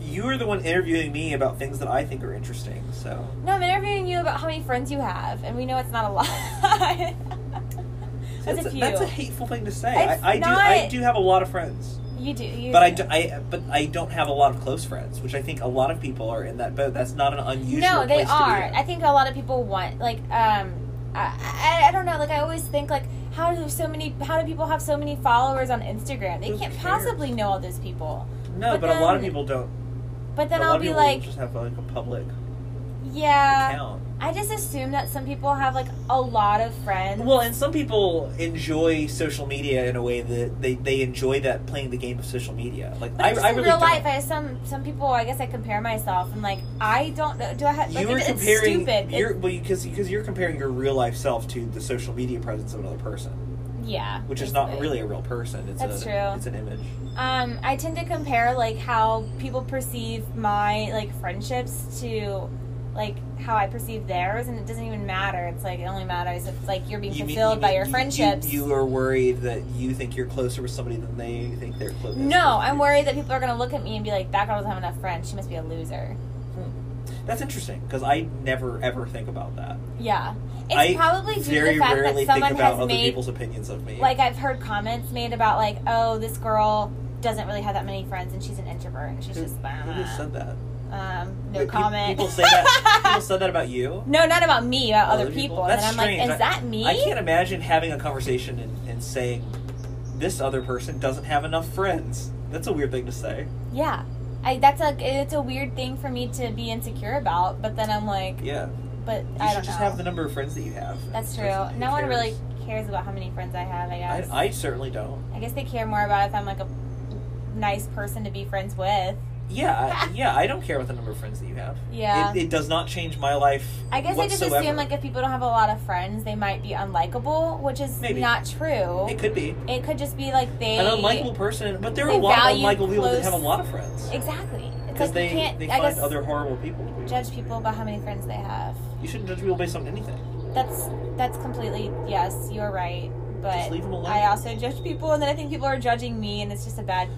Speaker 2: You're the one interviewing me about things that I think are interesting, so.
Speaker 3: No, I'm interviewing you about how many friends you have, and we know it's not a lot. That's a few.
Speaker 2: that's a hateful thing to say.
Speaker 3: It's
Speaker 2: I, I do.
Speaker 3: not-
Speaker 2: I do have a lot of friends,
Speaker 3: you do, you
Speaker 2: but I,
Speaker 3: do.
Speaker 2: do, I but I don't have a lot of close friends, which I think a lot of people are in that boat. That's not an unusual.
Speaker 3: no they
Speaker 2: place to be
Speaker 3: are
Speaker 2: in.
Speaker 3: i think a lot of people want like um I, I, I don't know like i always think like how do so many how do people have so many followers on instagram they
Speaker 2: Who
Speaker 3: can't
Speaker 2: cares?
Speaker 3: possibly know all those people
Speaker 2: no,
Speaker 3: but
Speaker 2: but, a lot of
Speaker 3: then-
Speaker 2: people don't.
Speaker 3: but then
Speaker 2: a lot
Speaker 3: i'll
Speaker 2: of
Speaker 3: be
Speaker 2: people
Speaker 3: like uh,
Speaker 2: just have like a public
Speaker 3: yeah
Speaker 2: account.
Speaker 3: i just assume that some people have like a lot of friends
Speaker 2: Well, and some people enjoy social media in a way that they, they enjoy that playing the game of social media. Like
Speaker 3: but
Speaker 2: I,
Speaker 3: just
Speaker 2: I
Speaker 3: in
Speaker 2: really
Speaker 3: real
Speaker 2: don't.
Speaker 3: life, I some some people. I guess I compare myself, and like I don't know. Do I have? Like,
Speaker 2: you were
Speaker 3: it- it's
Speaker 2: comparing
Speaker 3: stupid.
Speaker 2: your
Speaker 3: It's-
Speaker 2: well because because you're comparing your real life self to the social media presence of another person,
Speaker 3: yeah,
Speaker 2: which is not
Speaker 3: basically.
Speaker 2: really a real person. It's
Speaker 3: That's
Speaker 2: a,
Speaker 3: true.
Speaker 2: It's an image.
Speaker 3: Um, I tend to compare like how people perceive my like friendships to like how I perceive theirs, and it doesn't even matter. It's like it only matters if like you're being
Speaker 2: You mean-
Speaker 3: fulfilled
Speaker 2: you
Speaker 3: by
Speaker 2: mean
Speaker 3: your
Speaker 2: you-
Speaker 3: friendships.
Speaker 2: You, you are worried that you think you're closer with somebody than they think they're close.
Speaker 3: no, I'm worried that people are gonna look at me and be like, "That girl doesn't have enough friends. She must be a loser."
Speaker 2: That's interesting because I never ever think about that.
Speaker 3: Yeah, it's
Speaker 2: I
Speaker 3: probably due to
Speaker 2: very
Speaker 3: the fact
Speaker 2: rarely
Speaker 3: that someone
Speaker 2: think about
Speaker 3: has
Speaker 2: other
Speaker 3: made
Speaker 2: people's opinions of me.
Speaker 3: like I've heard comments made about like, "Oh, this girl doesn't really have that many friends, and she's an introvert, and she's
Speaker 2: who,
Speaker 3: just
Speaker 2: who said that?
Speaker 3: um, no
Speaker 2: Wait, pe-
Speaker 3: comment."
Speaker 2: People say that. people said that about you.
Speaker 3: No, not about me, about other, people.
Speaker 2: That's
Speaker 3: and I'm
Speaker 2: strange.
Speaker 3: like, is that me?
Speaker 2: I can't imagine having a conversation and, and saying this other person doesn't have enough friends. That's a weird thing to say.
Speaker 3: yeah. I, that's a it's a weird thing for me to be insecure about, but then I'm like,
Speaker 2: Yeah, you
Speaker 3: but I
Speaker 2: should
Speaker 3: don't
Speaker 2: just
Speaker 3: know.
Speaker 2: have the number of friends that you have.
Speaker 3: that's true.
Speaker 2: Who
Speaker 3: No one
Speaker 2: cares?
Speaker 3: really cares about how many friends I have. I
Speaker 2: I,
Speaker 3: guess. I,
Speaker 2: I certainly don't.
Speaker 3: guess they care more about if I'm like a nice person to be friends with.
Speaker 2: Yeah, I- yeah, I don't care what the number of friends that you have.
Speaker 3: Yeah.
Speaker 2: It, it does not change my life.
Speaker 3: I guess I just
Speaker 2: whatsoever.
Speaker 3: assume like if people don't have a lot of friends, they might be unlikable, which is
Speaker 2: Maybe.
Speaker 3: not true.
Speaker 2: it could be
Speaker 3: It could just be like they
Speaker 2: an unlikable person, but there are a
Speaker 3: they
Speaker 2: lot of
Speaker 3: value
Speaker 2: unlikable people that
Speaker 3: close-
Speaker 2: have a lot of friends
Speaker 3: Exactly. It's
Speaker 2: because
Speaker 3: like
Speaker 2: they
Speaker 3: you can't.
Speaker 2: they
Speaker 3: I
Speaker 2: find
Speaker 3: guess
Speaker 2: other horrible people. to be with.
Speaker 3: judge people about how many friends they have.
Speaker 2: You shouldn't judge people based on anything.
Speaker 3: That's that's completely yes, you're right.
Speaker 2: Just
Speaker 3: But
Speaker 2: leave them alone.
Speaker 3: I also judge people, and then I think people are judging me, and it's just a bad.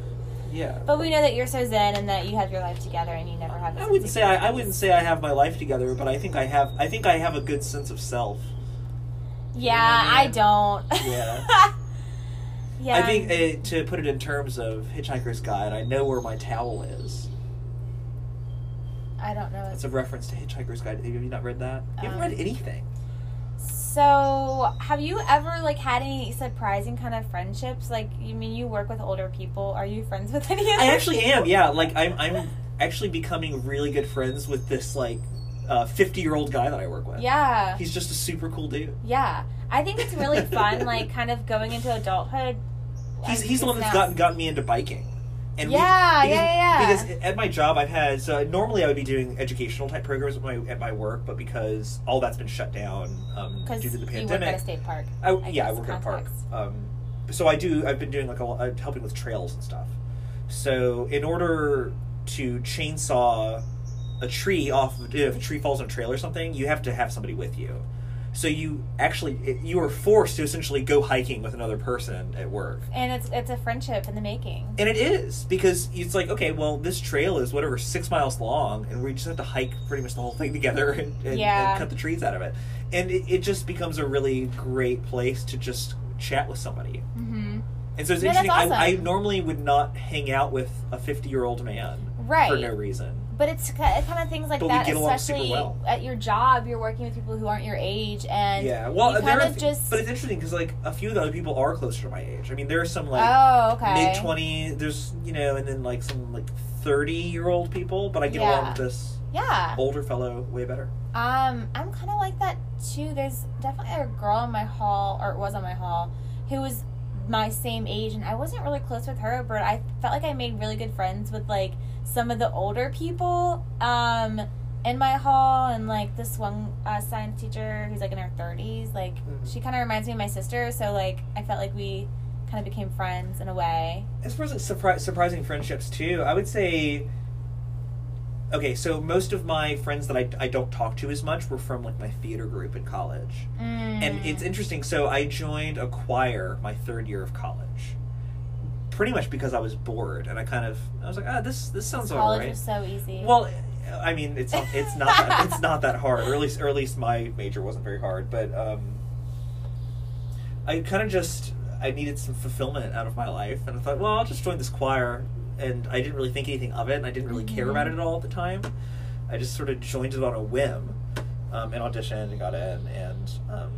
Speaker 2: yeah.
Speaker 3: But we know that you're so zen, and that you have your life together, and you never have.
Speaker 2: I
Speaker 3: this
Speaker 2: wouldn't say I, I wouldn't say I have my life together, but I think I have I think I have a good sense of self.
Speaker 3: Yeah,
Speaker 2: Yeah.
Speaker 3: I don't.
Speaker 2: Yeah.
Speaker 3: yeah.
Speaker 2: I think uh to put it in terms of Hitchhiker's Guide, I know where my towel is.
Speaker 3: I don't know.
Speaker 2: That's a reference to Hitchhiker's Guide. Have you not read that? You haven't
Speaker 3: Um,
Speaker 2: read anything.
Speaker 3: So, have you ever like had any surprising kind of friendships? Like, you mean you work with older people? Are you friends with any of
Speaker 2: I
Speaker 3: them?
Speaker 2: actually am. Yeah, like I'm I'm actually becoming really good friends with this like uh, 50 year old guy that I work with.
Speaker 3: Yeah.
Speaker 2: He's just a super cool dude.
Speaker 3: Yeah. I think it's really fun, like kind of going into adulthood.
Speaker 2: He's,
Speaker 3: as
Speaker 2: he's the one
Speaker 3: just
Speaker 2: that's
Speaker 3: now.
Speaker 2: gotten gotten me into biking. And we-
Speaker 3: Yeah,
Speaker 2: because-
Speaker 3: yeah, yeah, yeah.
Speaker 2: Because at my job, I've had so normally I would be doing educational type programs at my at my work, but because all that's been shut down um,
Speaker 3: Because
Speaker 2: due to the
Speaker 3: you work at a
Speaker 2: pandemic,
Speaker 3: state park.
Speaker 2: I,
Speaker 3: I
Speaker 2: yeah, I
Speaker 3: guess,
Speaker 2: work in a park.
Speaker 3: context.
Speaker 2: Um, so I do. I've been doing like a lot, I'm helping with trails and stuff. So in order to chainsaw a tree off of, if a tree falls on a trail or something, you have to have somebody with you. So you actually it- you are forced to essentially go hiking with another person at work.
Speaker 3: and it's it's a friendship in the making.
Speaker 2: And it is because it's like okay, well, this trail is whatever six miles long, and we just have to hike pretty much the whole thing together and, and,
Speaker 3: Yeah.
Speaker 2: and cut the trees out of it. And it, it just becomes a really great place to just chat with somebody.
Speaker 3: Mm-hmm.
Speaker 2: And so it's
Speaker 3: No, that's
Speaker 2: interesting. I, I
Speaker 3: awesome.
Speaker 2: normally would not hang out with a fifty-year-old man for
Speaker 3: Right.
Speaker 2: no reason.
Speaker 3: But it's ki- kind of things like
Speaker 2: But we
Speaker 3: that,
Speaker 2: get along super
Speaker 3: especially
Speaker 2: well.
Speaker 3: at your job. You're working with people who aren't your age, and
Speaker 2: yeah, well,
Speaker 3: you
Speaker 2: there
Speaker 3: kind
Speaker 2: are
Speaker 3: of
Speaker 2: th-
Speaker 3: just-
Speaker 2: But it's interesting because like a few of the other people are closer to my age. I mean, there are some like
Speaker 3: oh, okay,
Speaker 2: mid twenty. There's you know, and then like some like thirty-year-old people. But I get along
Speaker 3: Yeah. Uh,
Speaker 2: with this
Speaker 3: Yeah,
Speaker 2: older fellow way better.
Speaker 3: um, I'm kind of like that too. There's definitely a girl in my hall, or it was on my hall, who was my same age, and I wasn't really close with her, but I felt like I made really good friends with like some of the older people, um, in my hall, and like this one uh, science teacher who's like in her 30s, like
Speaker 2: Mhm.
Speaker 3: she kind of reminds me of my sister, so like I felt like we kind of became friends in a way.
Speaker 2: As far as like, surpri- surprising friendships too, I would say. Okay, so most of my friends that I, I don't talk to as much were from like my theater group in college.
Speaker 3: Mm.
Speaker 2: And it's interesting. So I joined a choir my third year of college, pretty much because I was bored, and I kind of I was like, ah, this this sounds all
Speaker 3: college
Speaker 2: right.
Speaker 3: was so easy.
Speaker 2: Well, I mean, it's not, it's not that, it's not that hard, or at least or at least my major wasn't very hard, but um, I kind of just I needed some fulfillment out of my life, and I thought, well, I'll just join this choir, and I didn't really think anything of it, and I didn't really care
Speaker 3: Mhm.
Speaker 2: about it at all at the time. I just sort of joined it on a whim, um, and auditioned and got in, and um,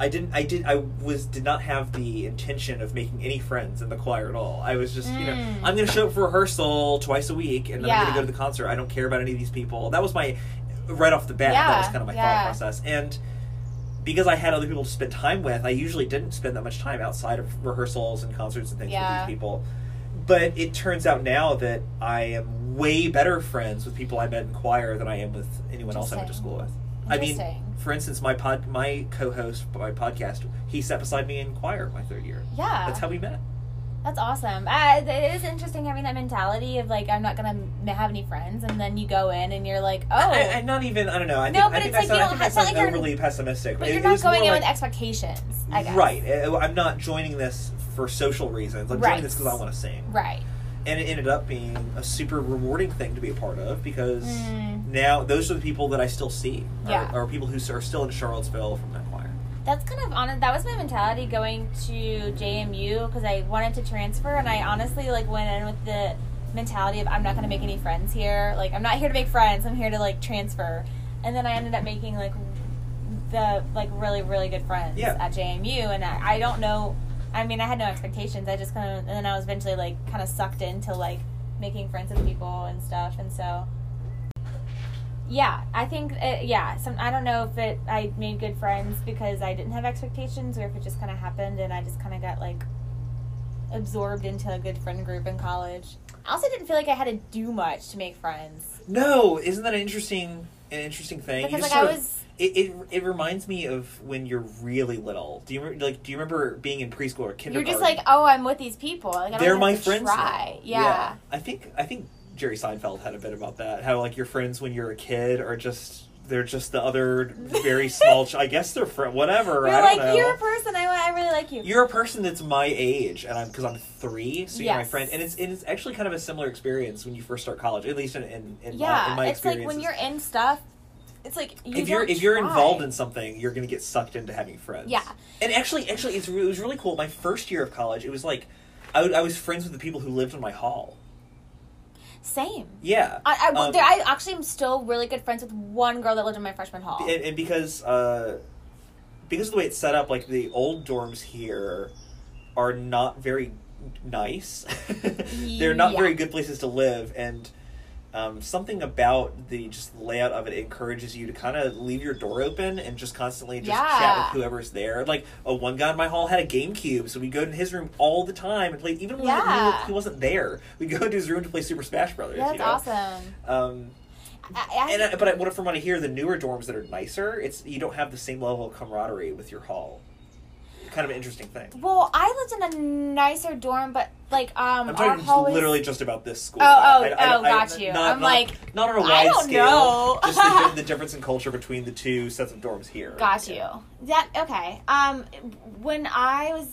Speaker 2: I didn't I did I was did not have the intention of making any friends in the choir at all. I was just you know
Speaker 3: Mm.
Speaker 2: I'm gonna show up for rehearsal twice a week, and then I'm
Speaker 3: Yeah.
Speaker 2: gonna go to the concert. I don't care about any of these people. That was my right off the bat.
Speaker 3: Yeah,
Speaker 2: That was kind of my
Speaker 3: yeah.
Speaker 2: thought process, and because I had other people to spend time with, I usually didn't spend that much time outside of rehearsals and concerts and things
Speaker 3: Yeah.
Speaker 2: with these people. But it turns out now that I am way better friends with people I met in choir than I am with anyone else I went to
Speaker 3: Interesting.
Speaker 2: school with. I mean,
Speaker 3: Interesting.
Speaker 2: for instance, my pod, my co-host, for my podcast, he sat beside me in choir my third year.
Speaker 3: yeah,
Speaker 2: That's how we met.
Speaker 3: That's awesome. Uh, it is interesting having that mentality of like I'm not gonna m- have any friends, and then you go in and you're like, oh,
Speaker 2: I, I, not even. I don't know. I
Speaker 3: No,
Speaker 2: think,
Speaker 3: but
Speaker 2: I think
Speaker 3: it's
Speaker 2: I
Speaker 3: like you
Speaker 2: sound, I
Speaker 3: don't
Speaker 2: think
Speaker 3: have-
Speaker 2: I
Speaker 3: it's not
Speaker 2: sound
Speaker 3: like you're-
Speaker 2: overly pessimistic.
Speaker 3: but
Speaker 2: It-
Speaker 3: you're
Speaker 2: it
Speaker 3: not
Speaker 2: was more
Speaker 3: going in
Speaker 2: like-
Speaker 3: with expectations. I guess.
Speaker 2: Right. Uh, I'm not joining this for social reasons. I'm
Speaker 3: Right.
Speaker 2: joining this because I want to sing.
Speaker 3: Right.
Speaker 2: And it ended up being a super rewarding thing to be a part of because
Speaker 3: Mm.
Speaker 2: now those are the people that I still see. Or,
Speaker 3: Yeah.
Speaker 2: or people who s- are still in Charlottesville from that choir.
Speaker 3: That's kind of on. That was my mentality going to JMU because I wanted to transfer, and I honestly like went in with the mentality of I'm not gonna make any friends here. Like I'm not here to make friends. I'm here to like transfer, and then I ended up making like the like really really good friends
Speaker 2: Yeah.
Speaker 3: at JMU, and I, I don't know. I mean, I had no expectations. I just kind of, and then I was eventually like kind of sucked into like making friends with people and stuff, and so. Yeah, I think it, yeah. Some I don't know if it I made good friends because I didn't have expectations, or if it just kind of happened and I just kind of got like absorbed into a good friend group in college. I also didn't feel like I had to do much to make friends
Speaker 2: No, isn't that an interesting an interesting thing? You
Speaker 3: because like
Speaker 2: just
Speaker 3: I
Speaker 2: sort of-
Speaker 3: was
Speaker 2: It, it, it reminds me of when you're really little. Do you remember, like do you remember being in preschool or
Speaker 3: you're
Speaker 2: kindergarten?
Speaker 3: just like oh I'm with these people like I don't
Speaker 2: They're
Speaker 3: even
Speaker 2: my
Speaker 3: have to
Speaker 2: friends
Speaker 3: Try.
Speaker 2: now.
Speaker 3: Yeah.
Speaker 2: I think I think Jerry Seinfeld had a bit about that. How like your friends when you're a kid are just they're just the other very small. Ch- I guess they're friend whatever.
Speaker 3: You're
Speaker 2: I
Speaker 3: like
Speaker 2: don't know.
Speaker 3: you're a person I want. I really like you.
Speaker 2: You're a person that's my age, and I'm because I'm three, so you're my
Speaker 3: Yes.
Speaker 2: friend, and it's and it's actually kind of a similar experience when you first start college, at least in in, in my,
Speaker 3: yeah,
Speaker 2: in my
Speaker 3: it's like when
Speaker 2: experiences.
Speaker 3: you're in stuff, it's like you
Speaker 2: if you're
Speaker 3: don't
Speaker 2: if you're
Speaker 3: try.
Speaker 2: involved in something, you're gonna get sucked into having friends.
Speaker 3: Yeah.
Speaker 2: And actually, actually, it's re- it was really cool. My first year of college, it was like, I, w- I was friends with the people who lived in my hall.
Speaker 3: same.
Speaker 2: Yeah.
Speaker 3: I, I, well,
Speaker 2: Um,
Speaker 3: there, I actually am still really good friends with one girl that lived in my freshman hall.
Speaker 2: and, and because uh, because of the way it's set up, like the old dorms here are not very nice. They're not
Speaker 3: Yeah.
Speaker 2: very good places to live, and um, something about the just layout of it encourages you to kind of leave your door open and just constantly just chat
Speaker 3: Yeah.
Speaker 2: with whoever's there. Like a one guy in my hall had a GameCube, so we'd go to his room all the time and play. Even when
Speaker 3: Yeah.
Speaker 2: he, he wasn't there, we'd go to his room to play Super Smash Brothers.
Speaker 3: yeah, that's
Speaker 2: you know?
Speaker 3: awesome.
Speaker 2: Um,
Speaker 3: I, I,
Speaker 2: and I, but I, what from what I hear, the newer dorms that are nicer, it's you don't have the same level of camaraderie with your hall. Kind of an interesting thing.
Speaker 3: well, I lived in a nicer dorm, but like
Speaker 2: I'm
Speaker 3: um our
Speaker 2: talking just
Speaker 3: hallways.
Speaker 2: literally just about this school.
Speaker 3: Oh, oh,
Speaker 2: don't-
Speaker 3: oh, got you.
Speaker 2: Not,
Speaker 3: I'm
Speaker 2: not-
Speaker 3: like,
Speaker 2: not on a
Speaker 3: I
Speaker 2: wide
Speaker 3: don't
Speaker 2: scale.
Speaker 3: know.
Speaker 2: just the, di- the difference in culture between the two sets of dorms here.
Speaker 3: Got
Speaker 2: Yeah.
Speaker 3: you. That okay. Um, when I was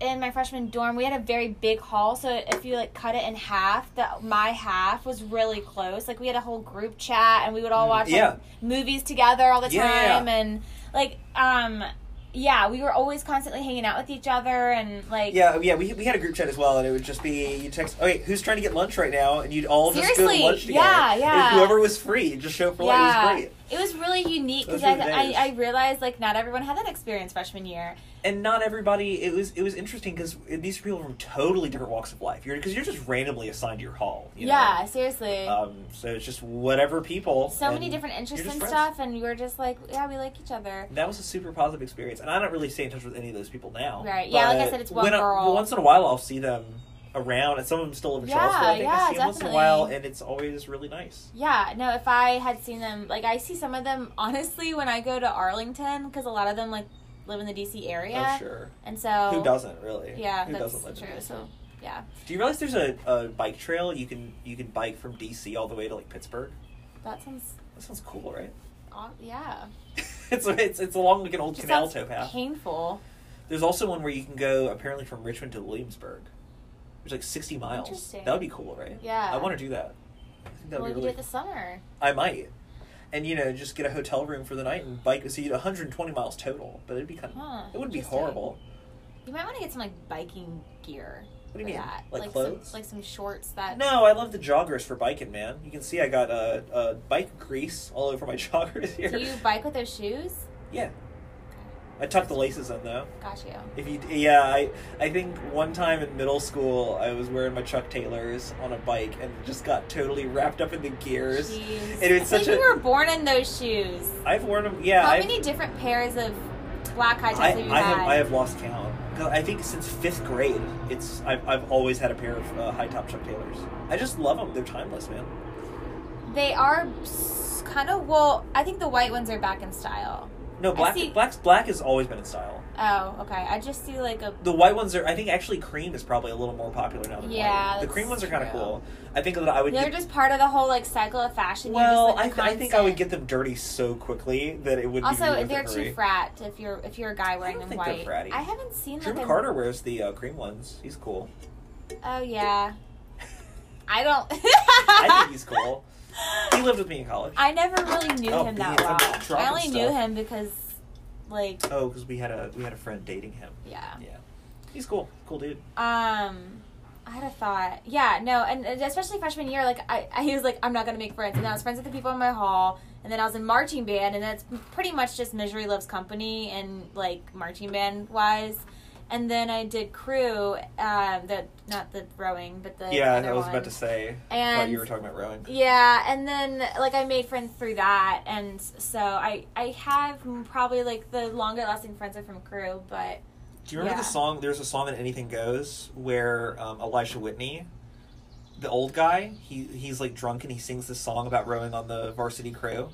Speaker 3: in my freshman dorm, we had a very big hall. So if you like cut it in half, the my half was really close. Like we had a whole group chat, and we would all watch like,
Speaker 2: Mm, yeah.
Speaker 3: movies together all the
Speaker 2: Yeah, yeah, yeah.
Speaker 3: time, and like um, yeah, we were always constantly hanging out with each other, and like
Speaker 2: Yeah, oh, yeah, we, we had a group chat as well, and it would just be you text, okay, who's trying to get lunch right now? And you'd all just go to
Speaker 3: Seriously,
Speaker 2: lunch together.
Speaker 3: yeah, yeah.
Speaker 2: And whoever was free, you'd just show up for lunch. It was great.
Speaker 3: It was really unique
Speaker 2: Those
Speaker 3: because
Speaker 2: were the
Speaker 3: I,
Speaker 2: days.
Speaker 3: I I realized like not everyone had that experience freshman year.
Speaker 2: And not everybody. It was it was interesting because these are people from totally different walks of life. You're because you're just randomly assigned your hall. You know?
Speaker 3: yeah, seriously.
Speaker 2: Um, so it's just whatever people.
Speaker 3: so many
Speaker 2: and
Speaker 3: different interests
Speaker 2: you're
Speaker 3: and
Speaker 2: just friends.
Speaker 3: stuff, and we were just like, yeah, we like each other.
Speaker 2: That was a super positive experience, and I don't really stay in touch with any of those people now.
Speaker 3: Right, yeah, like I
Speaker 2: but
Speaker 3: said, it's one
Speaker 2: when I-
Speaker 3: girl.
Speaker 2: once in a while, I'll see them around, and some of them still live in
Speaker 3: Yeah,
Speaker 2: Charlottesville. I think I
Speaker 3: yeah,
Speaker 2: see them once in a while,
Speaker 3: definitely.
Speaker 2: and it's always really nice.
Speaker 3: Yeah, no, if I had seen them, like, I see some of them, honestly, when I go to Arlington, because a lot of them, like, live in the D.C. area.
Speaker 2: Oh, sure.
Speaker 3: And so.
Speaker 2: Who doesn't really?
Speaker 3: Yeah,
Speaker 2: Who
Speaker 3: that's
Speaker 2: doesn't live in
Speaker 3: true.
Speaker 2: DC?
Speaker 3: So, yeah,
Speaker 2: Do you realize there's a, a bike trail you can you can bike from DC all the way to like Pittsburgh?
Speaker 3: that sounds.
Speaker 2: That sounds cool, right?
Speaker 3: aw- Yeah.
Speaker 2: it's it's it's along like an old
Speaker 3: Just
Speaker 2: canal
Speaker 3: sounds
Speaker 2: towpath. path.
Speaker 3: Painful.
Speaker 2: There's also one where you can go apparently from Richmond to Williamsburg. There's like 60 miles.
Speaker 3: Interesting.
Speaker 2: That would be cool, right?
Speaker 3: Yeah.
Speaker 2: I want to do that. I think that
Speaker 3: Well,
Speaker 2: would
Speaker 3: you
Speaker 2: be
Speaker 3: do
Speaker 2: really.
Speaker 3: it this summer.
Speaker 2: I might. And you know, just get a hotel room for the night and bike. So you'd 120 miles total, but it'd be kind of.
Speaker 3: Huh,
Speaker 2: it wouldn't be
Speaker 3: interesting.
Speaker 2: horrible.
Speaker 3: You might want to get some, like, biking gear.
Speaker 2: What do you
Speaker 3: for
Speaker 2: mean?
Speaker 3: That.
Speaker 2: Like clothes?
Speaker 3: Some, like, some shorts that.
Speaker 2: No, I love the joggers for biking, man. You can see I got a uh, uh, bike grease all over my joggers here.
Speaker 3: Do you bike with those shoes?
Speaker 2: Yeah. I tucked the laces in though.
Speaker 3: Got you.
Speaker 2: If you, yeah, I, I think one time in middle school I was wearing my Chuck Taylors on a bike and just got totally wrapped up in the gears.
Speaker 3: Jeez.
Speaker 2: It was
Speaker 3: It's like
Speaker 2: such
Speaker 3: you
Speaker 2: a-
Speaker 3: were born in those shoes.
Speaker 2: I've worn them. Yeah,
Speaker 3: How
Speaker 2: I've,
Speaker 3: many different pairs of black high tops
Speaker 2: I,
Speaker 3: have you
Speaker 2: I
Speaker 3: had?
Speaker 2: have I have lost count. 'Cause I think since fifth grade, it's I've, I've always had a pair of uh, high top Chuck Taylors. I just love them. They're timeless, man.
Speaker 3: They are s- kind of well. I think the white ones are back in style.
Speaker 2: No, black
Speaker 3: see-
Speaker 2: black's black has always been in style.
Speaker 3: Oh, okay. I just see like a
Speaker 2: The white ones are. I think actually cream is probably a little more popular now than
Speaker 3: Yeah,
Speaker 2: white. The
Speaker 3: that's
Speaker 2: cream ones are kind of
Speaker 3: true.
Speaker 2: cool. I think that I would.
Speaker 3: they're
Speaker 2: get-
Speaker 3: just part of the whole like cycle of fashion. You're
Speaker 2: Well,
Speaker 3: just,
Speaker 2: I, th-
Speaker 3: like, the
Speaker 2: I think I would
Speaker 3: constant-
Speaker 2: get them dirty so quickly that it would. be
Speaker 3: Also,
Speaker 2: worth
Speaker 3: they're
Speaker 2: it for me.
Speaker 3: too frat if you're if you're a guy wearing
Speaker 2: don't
Speaker 3: them
Speaker 2: think they're
Speaker 3: white.
Speaker 2: fratty.
Speaker 3: I haven't seen
Speaker 2: Drew
Speaker 3: like a-
Speaker 2: Carter wears the uh, cream ones. He's cool.
Speaker 3: Oh yeah. I don't.
Speaker 2: I think he's cool. He lived with me in college.
Speaker 3: I never really knew
Speaker 2: Oh,
Speaker 3: him
Speaker 2: beans, I'm
Speaker 3: that well.
Speaker 2: dropping
Speaker 3: I only knew
Speaker 2: stuff.
Speaker 3: him because, like,
Speaker 2: Oh, because we had a we had a friend dating him.
Speaker 3: yeah.
Speaker 2: Yeah, he's cool. Cool dude.
Speaker 3: Um, I had a thought. Yeah, no, and and especially freshman year, like I, I was like, I'm not gonna make friends, and I was friends with the people in my hall, and then I was in marching band, and that's pretty much just misery loves company and like marching band wise. And then I did crew, um, the not the rowing, but the
Speaker 2: yeah,
Speaker 3: other
Speaker 2: I was
Speaker 3: one.
Speaker 2: about to say. I thought
Speaker 3: And
Speaker 2: you were talking about rowing.
Speaker 3: yeah, and then like I made friends through that, and so I I have probably like the longer lasting friends are from crew, but
Speaker 2: Do you remember the
Speaker 3: yeah.
Speaker 2: song? There's a song in Anything Goes where um, Elisha Whitney, the old guy, he he's like drunk and he sings this song about rowing on the varsity crew.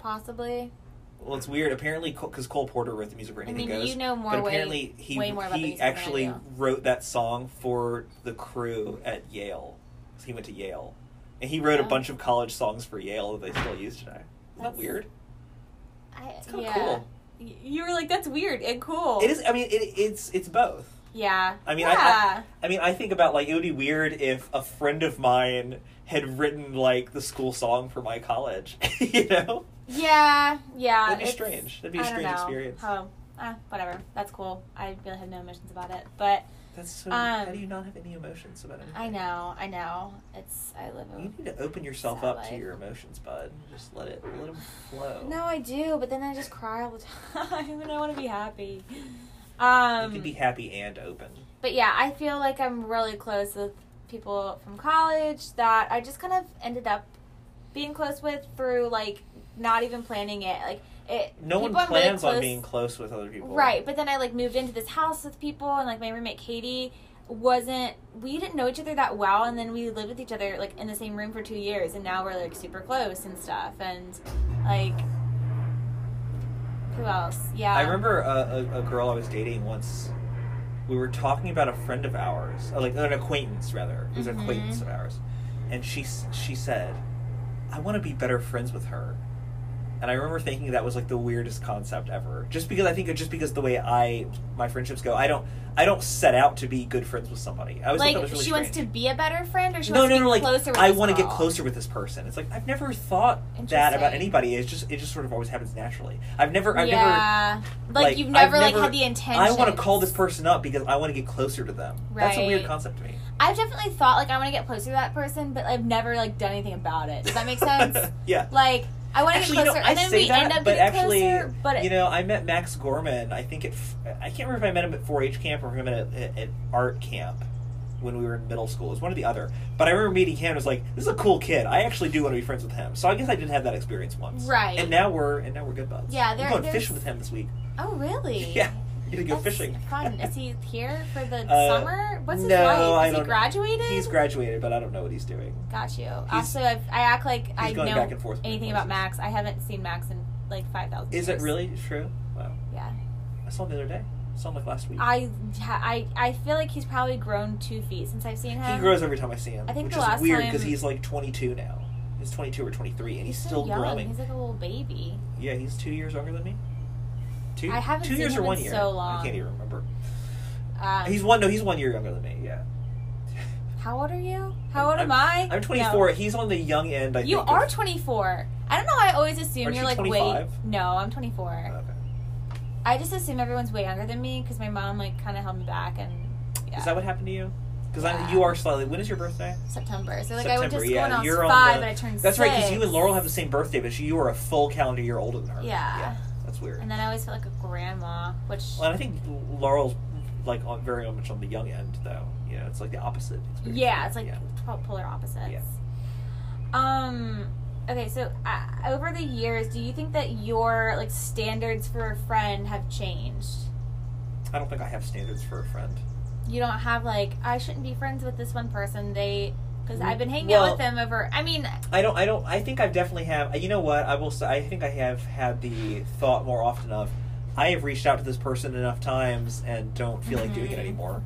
Speaker 3: possibly.
Speaker 2: Well, it's weird. Apparently, because Cole Porter wrote the music for
Speaker 3: I
Speaker 2: Anything
Speaker 3: mean,
Speaker 2: Goes.
Speaker 3: you know more
Speaker 2: but
Speaker 3: way
Speaker 2: apparently, he
Speaker 3: way more about the
Speaker 2: he
Speaker 3: music than I
Speaker 2: actually
Speaker 3: do.
Speaker 2: wrote that song for the crew at Yale. 'Cause he went to Yale, and he wrote a
Speaker 3: Oh.
Speaker 2: bunch of college songs for Yale that they still use today. Isn't that
Speaker 3: That's-
Speaker 2: weird?
Speaker 3: I,
Speaker 2: It's kind of
Speaker 3: yeah.
Speaker 2: cool.
Speaker 3: Y- You were like, that's weird and cool.
Speaker 2: It is. I mean, it, it's it's both.
Speaker 3: Yeah.
Speaker 2: I mean, I-
Speaker 3: yeah.
Speaker 2: I mean, I think about like it would be weird if a friend of mine had written like the school song for my college. you know,
Speaker 3: yeah. Yeah.
Speaker 2: that'd be
Speaker 3: Uh, it's-
Speaker 2: strange. That'd be
Speaker 3: I
Speaker 2: a
Speaker 3: don't
Speaker 2: strange
Speaker 3: know.
Speaker 2: experience.
Speaker 3: Oh, ah, whatever. That's cool. I really have no emotions about it. But
Speaker 2: That's so.
Speaker 3: Um,
Speaker 2: how do you not have any emotions about it?
Speaker 3: I know. I know. It's, I live
Speaker 2: Mm-hmm. You
Speaker 3: in.
Speaker 2: need to open yourself
Speaker 3: Sad
Speaker 2: up to
Speaker 3: life.
Speaker 2: your emotions, bud. Just let it let them flow.
Speaker 3: No, I do, but then I just cry all the time and I want to be happy. Um,
Speaker 2: you can be happy and open.
Speaker 3: but yeah, I feel like I'm really close with people from college that I just kind of ended up being close with through like not even planning it. Like it.
Speaker 2: No one
Speaker 3: people I'm really
Speaker 2: plans on
Speaker 3: close-
Speaker 2: being close with other people.
Speaker 3: Right, but then I like moved into this house with people, and like my roommate Katie wasn't. We didn't know each other that well, and then we lived with each other like in the same room for two years, and now we're like super close and stuff, and like who else? Yeah,
Speaker 2: I remember a, a, a girl I was dating once we were talking about a friend of ours, or like an acquaintance rather, it was an
Speaker 3: Mhm.
Speaker 2: acquaintance of ours, and she s- she said, "I want to be better friends with her," and I remember thinking that was like the weirdest concept ever. Just because I think just because the way I my friendships go, I don't I don't set out to be good friends with somebody. I always thought
Speaker 3: Like
Speaker 2: that was really
Speaker 3: she wants to
Speaker 2: strange.
Speaker 3: be a better friend, or she
Speaker 2: no,
Speaker 3: wants
Speaker 2: no,
Speaker 3: to be
Speaker 2: no. Like
Speaker 3: closer. With
Speaker 2: I
Speaker 3: this
Speaker 2: want to get
Speaker 3: girl?
Speaker 2: closer with this person. It's like I've never thought that about
Speaker 3: Interesting.
Speaker 2: anybody. It's just it just sort of always happens naturally. I've never I've never
Speaker 3: yeah, like,
Speaker 2: like,
Speaker 3: you've never
Speaker 2: I've
Speaker 3: like
Speaker 2: never-
Speaker 3: had the intention.
Speaker 2: I want to call this person up because I want to get closer to them. That's a weird
Speaker 3: Right.
Speaker 2: concept to me.
Speaker 3: I've definitely thought like I want to get closer to that person, but I've never like done anything about it. Does that make sense?
Speaker 2: yeah.
Speaker 3: like I want to get
Speaker 2: Actually, you
Speaker 3: closer,
Speaker 2: know, I
Speaker 3: and then
Speaker 2: say
Speaker 3: we
Speaker 2: that,
Speaker 3: end up
Speaker 2: but
Speaker 3: getting
Speaker 2: actually,
Speaker 3: closer. But
Speaker 2: you know, I met Max Gorman. I think at f- I can't remember if I met him at 4-H camp or him at, at, at art camp when we were in middle school. It was one or the other. But I remember meeting him. and was like, this is a cool kid. I actually do want to be friends with him. So I guess I did have that experience once.
Speaker 3: Right.
Speaker 2: And now we're and now we're good buds.
Speaker 3: Yeah, there-
Speaker 2: We're going
Speaker 3: there's-
Speaker 2: fishing with him this week.
Speaker 3: oh really?
Speaker 2: Yeah. We're gonna go
Speaker 3: That's
Speaker 2: fishing.
Speaker 3: Fun. Is he here for the
Speaker 2: Uh,
Speaker 3: summer? What's his
Speaker 2: no,
Speaker 3: life? Has
Speaker 2: I
Speaker 3: he
Speaker 2: don't-
Speaker 3: graduated?
Speaker 2: He's graduated, but I don't know what he's doing.
Speaker 3: Got you. Also, I've, I act like I
Speaker 2: going
Speaker 3: know
Speaker 2: back and forth between
Speaker 3: anything about
Speaker 2: places.
Speaker 3: Max. I haven't seen Max in like five thousand.
Speaker 2: Is it really true? Wow.
Speaker 3: Yeah.
Speaker 2: I saw him the other day. I saw him like last week.
Speaker 3: I, I I feel like he's probably grown two feet since I've seen him.
Speaker 2: he grows every time I see him.
Speaker 3: I think
Speaker 2: which
Speaker 3: the
Speaker 2: is
Speaker 3: last
Speaker 2: weird because
Speaker 3: time-
Speaker 2: he's like 22 now. He's 22 or 23, and he's,
Speaker 3: so
Speaker 2: still
Speaker 3: young.
Speaker 2: growing.
Speaker 3: He's like a little baby.
Speaker 2: Yeah, he's two years younger than me. Two.
Speaker 3: I haven't
Speaker 2: two
Speaker 3: seen
Speaker 2: years
Speaker 3: him
Speaker 2: or
Speaker 3: in
Speaker 2: one year.
Speaker 3: so
Speaker 2: I
Speaker 3: long.
Speaker 2: can't even remember.
Speaker 3: Um,
Speaker 2: He's one. No, he's one year younger than me. Yeah.
Speaker 3: how old are you? How old am I?
Speaker 2: I'm, I'm 24. He's on the young end. I
Speaker 3: No. You
Speaker 2: think,
Speaker 3: are
Speaker 2: of-
Speaker 3: 24. I don't know. why I always assume
Speaker 2: Aren't
Speaker 3: you're
Speaker 2: you Uh.
Speaker 3: like
Speaker 2: 25?
Speaker 3: way. No, I'm 24.
Speaker 2: Okay.
Speaker 3: I just assume everyone's way younger than me because my mom like kind of held me back and yeah.
Speaker 2: Is that what happened to you? Because
Speaker 3: Yeah.
Speaker 2: you are slightly. When is your birthday?
Speaker 3: September. So like I went to
Speaker 2: September,
Speaker 3: school
Speaker 2: yeah,
Speaker 3: when I was
Speaker 2: you're on
Speaker 3: five,
Speaker 2: the-
Speaker 3: but I turned
Speaker 2: That's
Speaker 3: six.
Speaker 2: right. Because you and Laurel have the same birthday, but she, you are a full calendar year older than her.
Speaker 3: Yeah.
Speaker 2: that's weird.
Speaker 3: And then I always felt like a grandma, which
Speaker 2: Well, and I think Laurel's like on very much on the young end, though. You know, it's like the opposite. Experience.
Speaker 3: yeah, it's like
Speaker 2: yeah.
Speaker 3: po- polar opposites.
Speaker 2: Yeah.
Speaker 3: Um. Okay, so uh, over the years, do you think that your like standards for a friend have changed?
Speaker 2: I don't think I have standards for a friend.
Speaker 3: You don't have like I shouldn't be friends with this one person. They because I've been hanging out
Speaker 2: Well-
Speaker 3: with them over. I mean,
Speaker 2: I don't. I don't. I think I've definitely have. You know what? I will say. I think I have had the thought more often of, I have reached out to this person enough times and don't feel like doing it
Speaker 3: Mhm.
Speaker 2: anymore.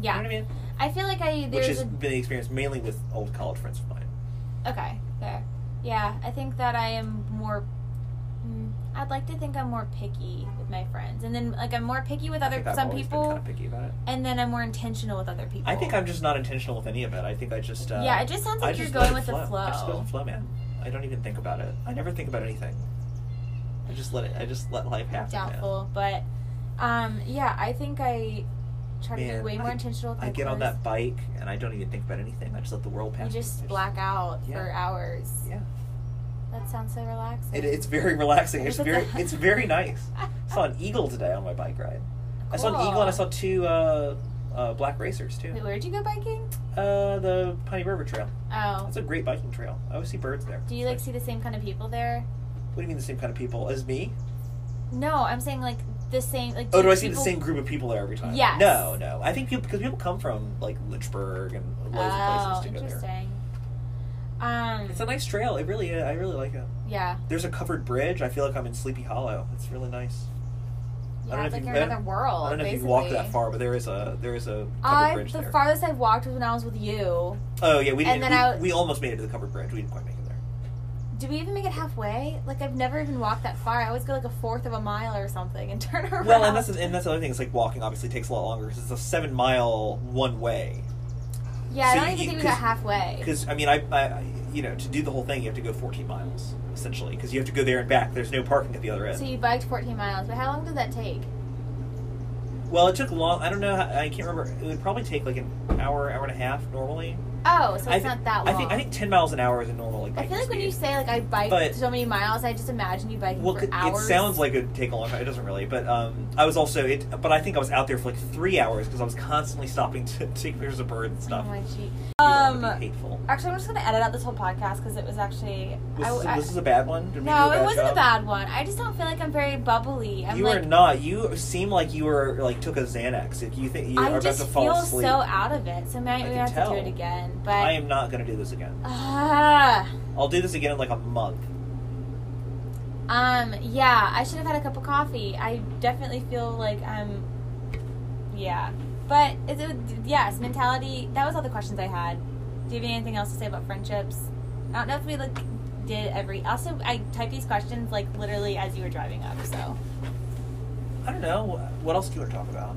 Speaker 3: yeah,
Speaker 2: You know what I mean?
Speaker 3: I feel like I
Speaker 2: Which
Speaker 3: there's
Speaker 2: has
Speaker 3: a
Speaker 2: been the experience mainly with old college friends of mine.
Speaker 3: Okay, fair. Yeah, I think that I am more. mm, I'd like to think I'm more picky with my friends, and then like I'm more picky with
Speaker 2: I
Speaker 3: other
Speaker 2: think I've
Speaker 3: some
Speaker 2: always
Speaker 3: people,
Speaker 2: Been kind of picky about it.
Speaker 3: and then I'm more intentional with other people.
Speaker 2: I think I'm just not intentional with any of it. I think I just. Uh,
Speaker 3: yeah, it just sounds
Speaker 2: I
Speaker 3: like you're
Speaker 2: just
Speaker 3: going
Speaker 2: let
Speaker 3: with
Speaker 2: it flow.
Speaker 3: the flow.
Speaker 2: I just go with the flow, man. I don't even think about it. I never think about anything. I just let it. I just let life happen. man.
Speaker 3: Doubtful, but um, yeah, I think I try to
Speaker 2: Man,
Speaker 3: be way more
Speaker 2: I-
Speaker 3: intentional with my
Speaker 2: I get on
Speaker 3: friends.
Speaker 2: that bike and I don't even think about anything. I just let the world pass.
Speaker 3: You
Speaker 2: me. I
Speaker 3: just black out
Speaker 2: Yeah.
Speaker 3: for hours.
Speaker 2: Yeah.
Speaker 3: That sounds so relaxing.
Speaker 2: It, it's very relaxing. It's
Speaker 3: It's a-
Speaker 2: very. It's very nice. I saw an eagle today on my bike ride. I saw an eagle and I saw two uh, uh, black racers too.
Speaker 3: Wait, where'd you go biking?
Speaker 2: Uh, the Piney River Trail.
Speaker 3: Oh,
Speaker 2: That's a great biking trail. I always see birds there.
Speaker 3: do you like see the same kind of people there?
Speaker 2: What do you mean the same kind of people as me?
Speaker 3: No, I'm saying like the same. Like,
Speaker 2: Oh, do I see the
Speaker 3: people-
Speaker 2: same group of people there every time?
Speaker 3: Yes.
Speaker 2: No, no. I think people because people come from like Lynchburg and loads
Speaker 3: Oh,
Speaker 2: of places to go there.
Speaker 3: interesting. Um,
Speaker 2: It's a nice trail. It really, I really like it.
Speaker 3: yeah.
Speaker 2: There's a covered bridge. I feel like I'm in Sleepy Hollow. It's really nice.
Speaker 3: Yeah,
Speaker 2: I don't know
Speaker 3: it's
Speaker 2: if
Speaker 3: like
Speaker 2: you-
Speaker 3: you're in another world.
Speaker 2: I don't know
Speaker 3: basically.
Speaker 2: if you walk that far, but there is a there is a covered
Speaker 3: I
Speaker 2: bridge
Speaker 3: the
Speaker 2: there.
Speaker 3: farthest I've walked was when I was with you.
Speaker 2: oh yeah, we
Speaker 3: and
Speaker 2: didn't.
Speaker 3: then
Speaker 2: we,
Speaker 3: I-
Speaker 2: we almost made it to the covered bridge. We didn't quite make it there.
Speaker 3: Did we even make it halfway? Like I've never even walked that far. I always go like a fourth of a mile or something and turn around.
Speaker 2: Well, and that's and that's the other thing. It's like walking obviously takes a lot longer because it's a seven mile one way.
Speaker 3: yeah.
Speaker 2: so
Speaker 3: I don't
Speaker 2: you-
Speaker 3: even think we
Speaker 2: 'cause-
Speaker 3: got halfway.
Speaker 2: Because I mean, I, I I- you know to do the whole thing you have to go 14 miles essentially because you have to go there and back. There's no parking at the other end.
Speaker 3: So you biked 14 miles, but how long did that take?
Speaker 2: Well, it took long. I don't know. how- I can't remember. It would probably take like an hour, hour and a half normally.
Speaker 3: Oh, so it's
Speaker 2: I thi-
Speaker 3: not that long.
Speaker 2: I think I think 10 miles an hour is a normal like.
Speaker 3: I feel
Speaker 2: biking
Speaker 3: like when you
Speaker 2: speed.
Speaker 3: say like I biked
Speaker 2: But-
Speaker 3: so many miles, I just imagine you biking
Speaker 2: Well,
Speaker 3: for
Speaker 2: c- it
Speaker 3: hours.
Speaker 2: sounds like it would take a long time. It doesn't really, but um, I was also it. But I think I was out there for like three hours because I was constantly stopping to take pictures of birds and
Speaker 3: Oh
Speaker 2: stuff.
Speaker 3: my cheek.
Speaker 2: You don't wanna
Speaker 3: Um,
Speaker 2: be hateful.
Speaker 3: Actually, I'm just gonna edit out this whole podcast because it was actually.
Speaker 2: Was,
Speaker 3: I-
Speaker 2: this,
Speaker 3: I-
Speaker 2: was this a bad one? Did we do
Speaker 3: no,
Speaker 2: a
Speaker 3: it
Speaker 2: bad
Speaker 3: wasn't a
Speaker 2: job?
Speaker 3: bad one. I just don't feel like I'm very bubbly. I'm
Speaker 2: you
Speaker 3: like,
Speaker 2: are not. You seem like you were like took a Xanax. If you think you
Speaker 3: I
Speaker 2: are about
Speaker 3: just
Speaker 2: to fall
Speaker 3: feel
Speaker 2: asleep,
Speaker 3: so out of it. So maybe
Speaker 2: I
Speaker 3: we
Speaker 2: can
Speaker 3: have
Speaker 2: tell.
Speaker 3: to do it again. But
Speaker 2: I am not going to do this again.
Speaker 3: Ah,
Speaker 2: I'll do this again in like a month.
Speaker 3: um, yeah, I should have had a cup of coffee. I definitely feel like I'm. Yeah, But is it, yes, mentality. That was all the questions I had. Do you have anything else to say about friendships? I don't know if we like did every. Also, I typed these questions like literally as you were driving up. So,
Speaker 2: I don't know. Wh- What else do you want to talk about?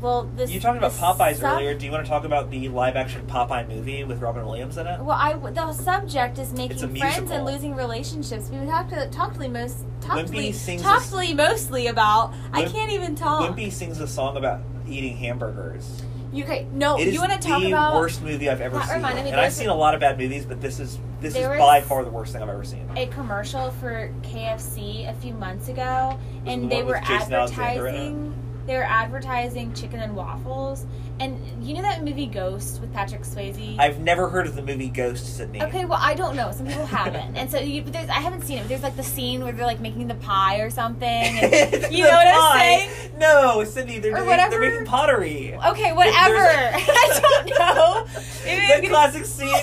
Speaker 3: well, this
Speaker 2: you talked about
Speaker 3: this
Speaker 2: Popeyes
Speaker 3: sub-
Speaker 2: earlier. Do you want to talk about the live action Popeye movie with Robin Williams in it?
Speaker 3: Well, I w- the subject is making
Speaker 2: It's a
Speaker 3: friends and
Speaker 2: musical.
Speaker 3: losing relationships. We talked to talkedly most talkedly
Speaker 2: sings a s-
Speaker 3: talkedly mostly about. I
Speaker 2: Wimp-
Speaker 3: can't even talk.
Speaker 2: Wimpy sings a song about eating hamburgers.
Speaker 3: You, okay, no,
Speaker 2: It is
Speaker 3: Oh, you want to talk
Speaker 2: the
Speaker 3: about
Speaker 2: worst movie I've ever
Speaker 3: That
Speaker 2: seen.
Speaker 3: reminded me,
Speaker 2: and
Speaker 3: there
Speaker 2: I've
Speaker 3: was
Speaker 2: seen
Speaker 3: a-
Speaker 2: a lot of bad movies, but this is this is
Speaker 3: There was-
Speaker 2: by far the worst thing I've ever seen.
Speaker 3: a commercial for KFC a few months ago,
Speaker 2: This is the
Speaker 3: and they
Speaker 2: one with
Speaker 3: were
Speaker 2: Jason Alexander uh, in it.
Speaker 3: advertising. They were advertising chicken and waffles, and you know that movie Ghost with Patrick Swayze.
Speaker 2: I've never heard of the movie Ghost Sydney.
Speaker 3: Okay, well, I don't know. Some people haven't, and so you, but there's, I haven't seen it. but There's like the scene where they're like making the pie or something. And, you
Speaker 2: The
Speaker 3: know what I'm
Speaker 2: pie.
Speaker 3: saying?
Speaker 2: No, Sydney, they're
Speaker 3: Or
Speaker 2: doing,
Speaker 3: whatever.
Speaker 2: they're making pottery.
Speaker 3: Okay, whatever. I I don't know. Maybe I'm
Speaker 2: that
Speaker 3: gonna-
Speaker 2: classic scene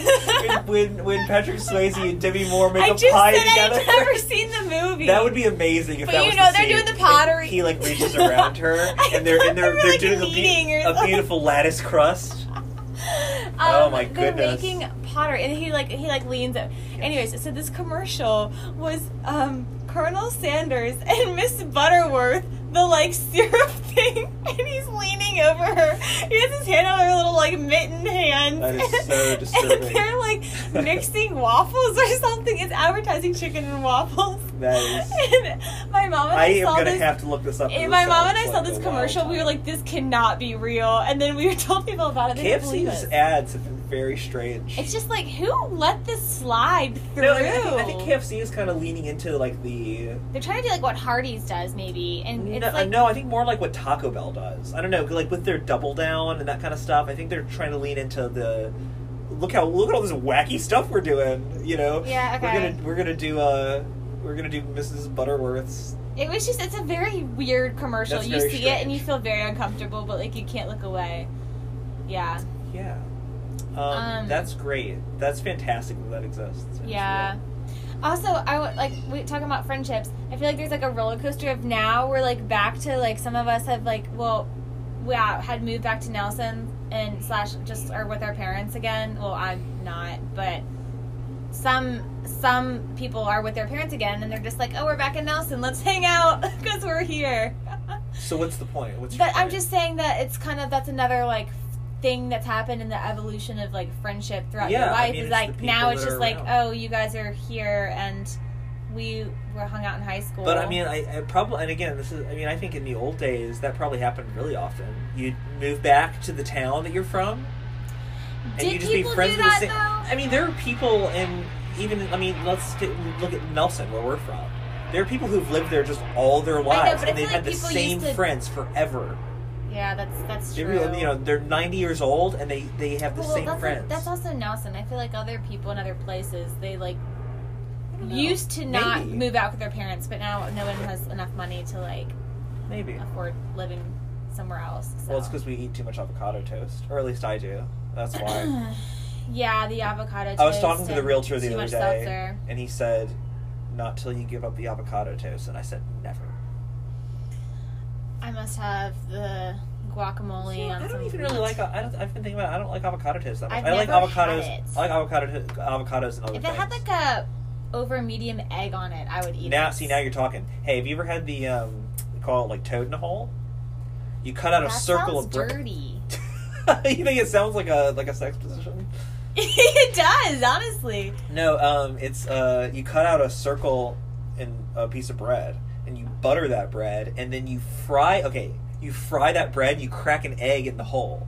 Speaker 2: when, when when Patrick Swayze and Demi Moore make
Speaker 3: I
Speaker 2: a
Speaker 3: just said
Speaker 2: pie together.
Speaker 3: I've never seen the movie.
Speaker 2: That would be amazing if
Speaker 3: But
Speaker 2: that
Speaker 3: you
Speaker 2: was
Speaker 3: know
Speaker 2: the
Speaker 3: they're
Speaker 2: scene.
Speaker 3: doing the pottery.
Speaker 2: And he like reaches around her,
Speaker 3: I
Speaker 2: and they're
Speaker 3: thought
Speaker 2: and they're
Speaker 3: they were,
Speaker 2: they're
Speaker 3: like,
Speaker 2: doing a,
Speaker 3: meeting or
Speaker 2: a
Speaker 3: something.
Speaker 2: beautiful lattice crust.
Speaker 3: Um,
Speaker 2: Oh my
Speaker 3: They're
Speaker 2: goodness.
Speaker 3: making pottery, and he like he like leans. Up. Anyways, so this commercial was um, Colonel Sanders and Miss Butterworth, the like syrup thing, and he's leaning over her. He has his hand on her little like mitten hands.
Speaker 2: That is so disturbing.
Speaker 3: And they're like mixing waffles or something. It's advertising chicken and waffles.
Speaker 2: That is-
Speaker 3: And my mom and I,
Speaker 2: I am
Speaker 3: saw
Speaker 2: gonna
Speaker 3: this.
Speaker 2: have to look this up.
Speaker 3: and
Speaker 2: It
Speaker 3: my mom
Speaker 2: sounds
Speaker 3: and I saw
Speaker 2: like
Speaker 3: this
Speaker 2: a wild
Speaker 3: commercial. We were
Speaker 2: time.
Speaker 3: like, "This cannot be real," and then we told people about it. They didn't believe
Speaker 2: KFC's
Speaker 3: us.
Speaker 2: ads have been very strange.
Speaker 3: It's just like who let this slide through?
Speaker 2: no, I think, I think KFC is kind of leaning into like the.
Speaker 3: They're trying to do like what Hardee's does, maybe, and it's
Speaker 2: No,
Speaker 3: like
Speaker 2: uh, no, I think more like what Taco Bell does. I don't know, like with their double down and that kind of stuff. I think they're trying to lean into the look how look at all this wacky stuff we're doing. You know,
Speaker 3: yeah, okay.
Speaker 2: we're gonna we're gonna do uh we're gonna do Mrs. Butterworth's.
Speaker 3: It was just it's a very weird commercial.
Speaker 2: That's
Speaker 3: you see
Speaker 2: very
Speaker 3: it and you
Speaker 2: strange.
Speaker 3: feel very uncomfortable, but like you can't look away. Yeah,
Speaker 2: Yeah, um,
Speaker 3: Um,
Speaker 2: that's great. That's fantastic that that exists. It's
Speaker 3: yeah. Also, I would like we talking about friendships. I feel like there's like a roller coaster of now. We're like back to like some of us have like well, we out- had moved back to Nelson and slash just are with our parents again. Well, I'm not, but some some people are with their parents again, and they're just like, oh, we're back in Nelson. Let's hang out because we're here.
Speaker 2: So what's the point? What's your
Speaker 3: But I'm
Speaker 2: point?
Speaker 3: just saying that it's kind of that's another like thing that's happened in the evolution of like friendship throughout
Speaker 2: Yeah,
Speaker 3: your
Speaker 2: I
Speaker 3: life
Speaker 2: mean,
Speaker 3: is
Speaker 2: it's the
Speaker 3: like
Speaker 2: people
Speaker 3: now it's
Speaker 2: that are
Speaker 3: just like
Speaker 2: around.
Speaker 3: oh you guys are here and we were hung out in high school.
Speaker 2: But I mean, I, I probably, and again, this is, I mean, I think in the old days that probably happened really often. You'd move back to the town that you're from, and
Speaker 3: Did
Speaker 2: you'd just
Speaker 3: people
Speaker 2: be
Speaker 3: do
Speaker 2: friends with
Speaker 3: that,
Speaker 2: the same.
Speaker 3: though?
Speaker 2: I mean, there are people in, even, I mean, let's t- look at Nelson, where we're from. There are people who've lived there just all their lives,
Speaker 3: but I
Speaker 2: and they've
Speaker 3: feel
Speaker 2: had
Speaker 3: like
Speaker 2: the
Speaker 3: people
Speaker 2: same
Speaker 3: used to-
Speaker 2: friends forever.
Speaker 3: yeah, that's that's
Speaker 2: They
Speaker 3: true.
Speaker 2: really- you know, they're 90 years old, and they, they have the
Speaker 3: Well,
Speaker 2: same
Speaker 3: that's,
Speaker 2: friends.
Speaker 3: that's also Nelson. I feel like other people in other places they like
Speaker 2: I don't know.
Speaker 3: used to not
Speaker 2: Maybe.
Speaker 3: move out with their parents, but now no one has enough money to like
Speaker 2: Maybe.
Speaker 3: afford living somewhere else. So.
Speaker 2: Well, it's because we eat too much avocado toast, or at least I do. That's why.
Speaker 3: yeah, the avocado.
Speaker 2: I was
Speaker 3: toast
Speaker 2: talking to the
Speaker 3: and
Speaker 2: realtor the
Speaker 3: too
Speaker 2: other
Speaker 3: much
Speaker 2: day,
Speaker 3: seltzer.
Speaker 2: and he said, "Not till you give up the avocado toast." And I said, "Never."
Speaker 3: I must have the guacamole.
Speaker 2: So,
Speaker 3: on
Speaker 2: I
Speaker 3: some
Speaker 2: don't even really
Speaker 3: meat.
Speaker 2: like. I don't, I've been thinking about. It, I don't like avocado toast that much.
Speaker 3: I've
Speaker 2: I like
Speaker 3: never had
Speaker 2: avocados.
Speaker 3: it.
Speaker 2: I like avocado to- avocados and other
Speaker 3: If it
Speaker 2: things.
Speaker 3: had like a over medium egg on it, I would eat
Speaker 2: now,
Speaker 3: it.
Speaker 2: see, now you're talking. Hey, have you ever had the um, they call it like toad in a hole? You cut out
Speaker 3: that
Speaker 2: a circle
Speaker 3: sounds
Speaker 2: of brick.
Speaker 3: dirty.
Speaker 2: you think it sounds like a like a sex position?
Speaker 3: it does, honestly.
Speaker 2: No, um, it's uh, you cut out a circle in a piece of bread, and you butter that bread, and then you fry. Okay, you fry that bread. You crack an egg in the hole.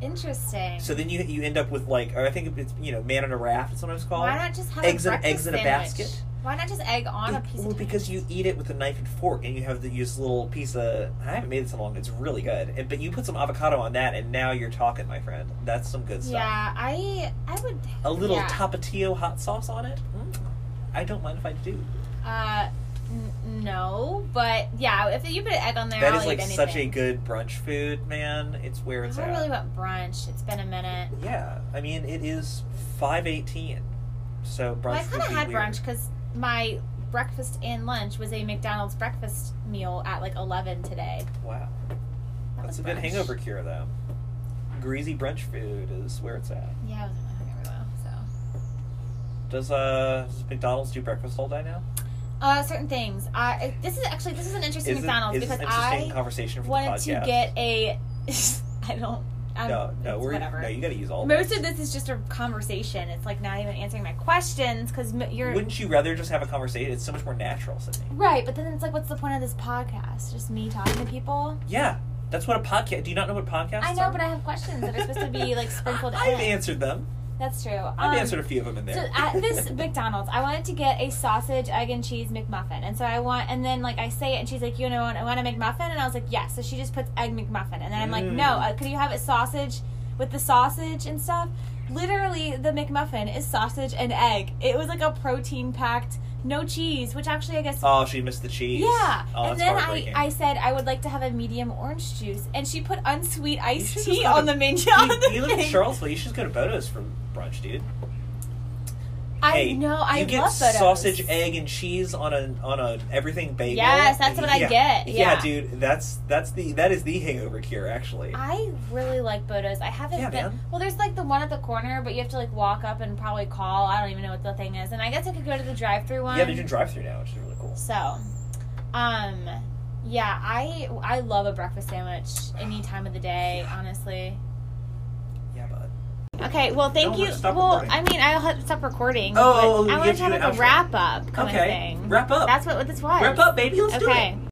Speaker 3: Interesting.
Speaker 2: So then you you end up with like, or I think it's you know, man on a raft. It's sometimes called.
Speaker 3: Why not just have
Speaker 2: eggs
Speaker 3: a
Speaker 2: in-
Speaker 3: breakfast
Speaker 2: eggs in a
Speaker 3: sandwich?
Speaker 2: basket?
Speaker 3: Why not just egg on a
Speaker 2: Be-
Speaker 3: piece
Speaker 2: well,
Speaker 3: of toast?
Speaker 2: because you eat it with a knife and fork, and you have the you this little piece of. I haven't made this in long. It's really good, and, but you put some avocado on that, and now you're talking, my friend. That's some good stuff.
Speaker 3: Yeah, I I would
Speaker 2: A little
Speaker 3: yeah.
Speaker 2: tapatio hot sauce on it. Mm. I don't mind if I do.
Speaker 3: Uh, n- no, but yeah, if you put an egg on there,
Speaker 2: That
Speaker 3: I'll
Speaker 2: is
Speaker 3: eat
Speaker 2: like
Speaker 3: anything.
Speaker 2: such a good brunch food, man. It's where it's
Speaker 3: I
Speaker 2: at.
Speaker 3: really want brunch. It's been a minute.
Speaker 2: yeah, I mean it is five eighteen, so brunch.
Speaker 3: Well, I kind
Speaker 2: would
Speaker 3: of
Speaker 2: be
Speaker 3: had
Speaker 2: weird.
Speaker 3: brunch because my breakfast and lunch was a McDonald's breakfast meal at like eleven today.
Speaker 2: Wow,
Speaker 3: That have
Speaker 2: That's a
Speaker 3: a
Speaker 2: good
Speaker 3: brunch.
Speaker 2: hangover cure, though. Greasy brunch food is where it's at.
Speaker 3: Yeah, I was on my hangover though, so.
Speaker 2: Does uh does McDonald's do breakfast all day now?
Speaker 3: Uh, certain things. I it- this is actually this is an interesting
Speaker 2: Is it-
Speaker 3: McDonald's
Speaker 2: is this
Speaker 3: because
Speaker 2: an interesting
Speaker 3: I
Speaker 2: conversation for
Speaker 3: wanted
Speaker 2: the podcast?
Speaker 3: to get a. I don't. I'm,
Speaker 2: no, no,
Speaker 3: it's
Speaker 2: we're
Speaker 3: whatever.
Speaker 2: no. You got to use all.
Speaker 3: Most
Speaker 2: this.
Speaker 3: of this is just a conversation. It's like not even answering my questions because you're
Speaker 2: Wouldn't you rather just have a conversation? It's so much more natural, Sydney.
Speaker 3: right. But then it's like, what's the point of this podcast? Just me talking to people.
Speaker 2: Yeah, that's what a podcast. Do you not know what podcasts?
Speaker 3: I know,
Speaker 2: are?
Speaker 3: but I have questions that are supposed to be like sprinkled
Speaker 2: I've
Speaker 3: in.
Speaker 2: answered them.
Speaker 3: That's true.
Speaker 2: I've
Speaker 3: Um,
Speaker 2: answered a few of them in there.
Speaker 3: So at this McDonald's, I wanted to get a sausage, egg, and cheese McMuffin, and so I want, and then like I say it, and she's like, "You know, I want a McMuffin," and I was like, "Yes." So she just puts egg McMuffin, and then I'm like,
Speaker 2: Mm.
Speaker 3: "No, uh, could you have it sausage with the sausage and stuff?" Literally, the McMuffin is sausage and egg. It was like a protein packed, no cheese, which actually I guess.
Speaker 2: oh, she missed the cheese.
Speaker 3: yeah,
Speaker 2: Oh,
Speaker 3: and
Speaker 2: that's
Speaker 3: then I,
Speaker 2: heartbreaking.
Speaker 3: I said I would like to have a medium orange juice, and she put unsweet
Speaker 2: should
Speaker 3: iced
Speaker 2: just
Speaker 3: tea
Speaker 2: have
Speaker 3: on
Speaker 2: a-
Speaker 3: the menu. on
Speaker 2: You,
Speaker 3: the
Speaker 2: you live in
Speaker 3: thing.
Speaker 2: Charlottesville. You should just go to Bodo's for brunch, dude.
Speaker 3: I
Speaker 2: hey,
Speaker 3: know. I
Speaker 2: you get
Speaker 3: love photos.
Speaker 2: sausage, egg, and cheese on a on a everything bagel.
Speaker 3: Yes, that's
Speaker 2: and
Speaker 3: what I
Speaker 2: yeah.
Speaker 3: get,
Speaker 2: Yeah.
Speaker 3: yeah.
Speaker 2: dude, that's that's the that is the hangover cure actually.
Speaker 3: I really like Bodo's. I haven't
Speaker 2: Yeah,
Speaker 3: been.
Speaker 2: man.
Speaker 3: Well, there's like the one at the corner, but you have to like walk up and probably call. I don't even know what the thing is. And I guess I could go to the drive-through one.
Speaker 2: yeah, they do drive through now, which is really cool.
Speaker 3: So, um, yeah, I I love a breakfast sandwich any time of the day, honestly.
Speaker 2: Yeah, but
Speaker 3: Okay, well, thank
Speaker 2: No,
Speaker 3: you.
Speaker 2: we're- stop
Speaker 3: well,
Speaker 2: recording.
Speaker 3: I mean, I'll have to stop recording.
Speaker 2: Oh, you
Speaker 3: but I
Speaker 2: have
Speaker 3: wanted
Speaker 2: to
Speaker 3: to
Speaker 2: do
Speaker 3: have like a
Speaker 2: an outro.
Speaker 3: wrap up kind
Speaker 2: okay,
Speaker 3: of thing.
Speaker 2: wrap up.
Speaker 3: That's what, what this was.
Speaker 2: wrap up, baby. Let's do it.
Speaker 3: Okay.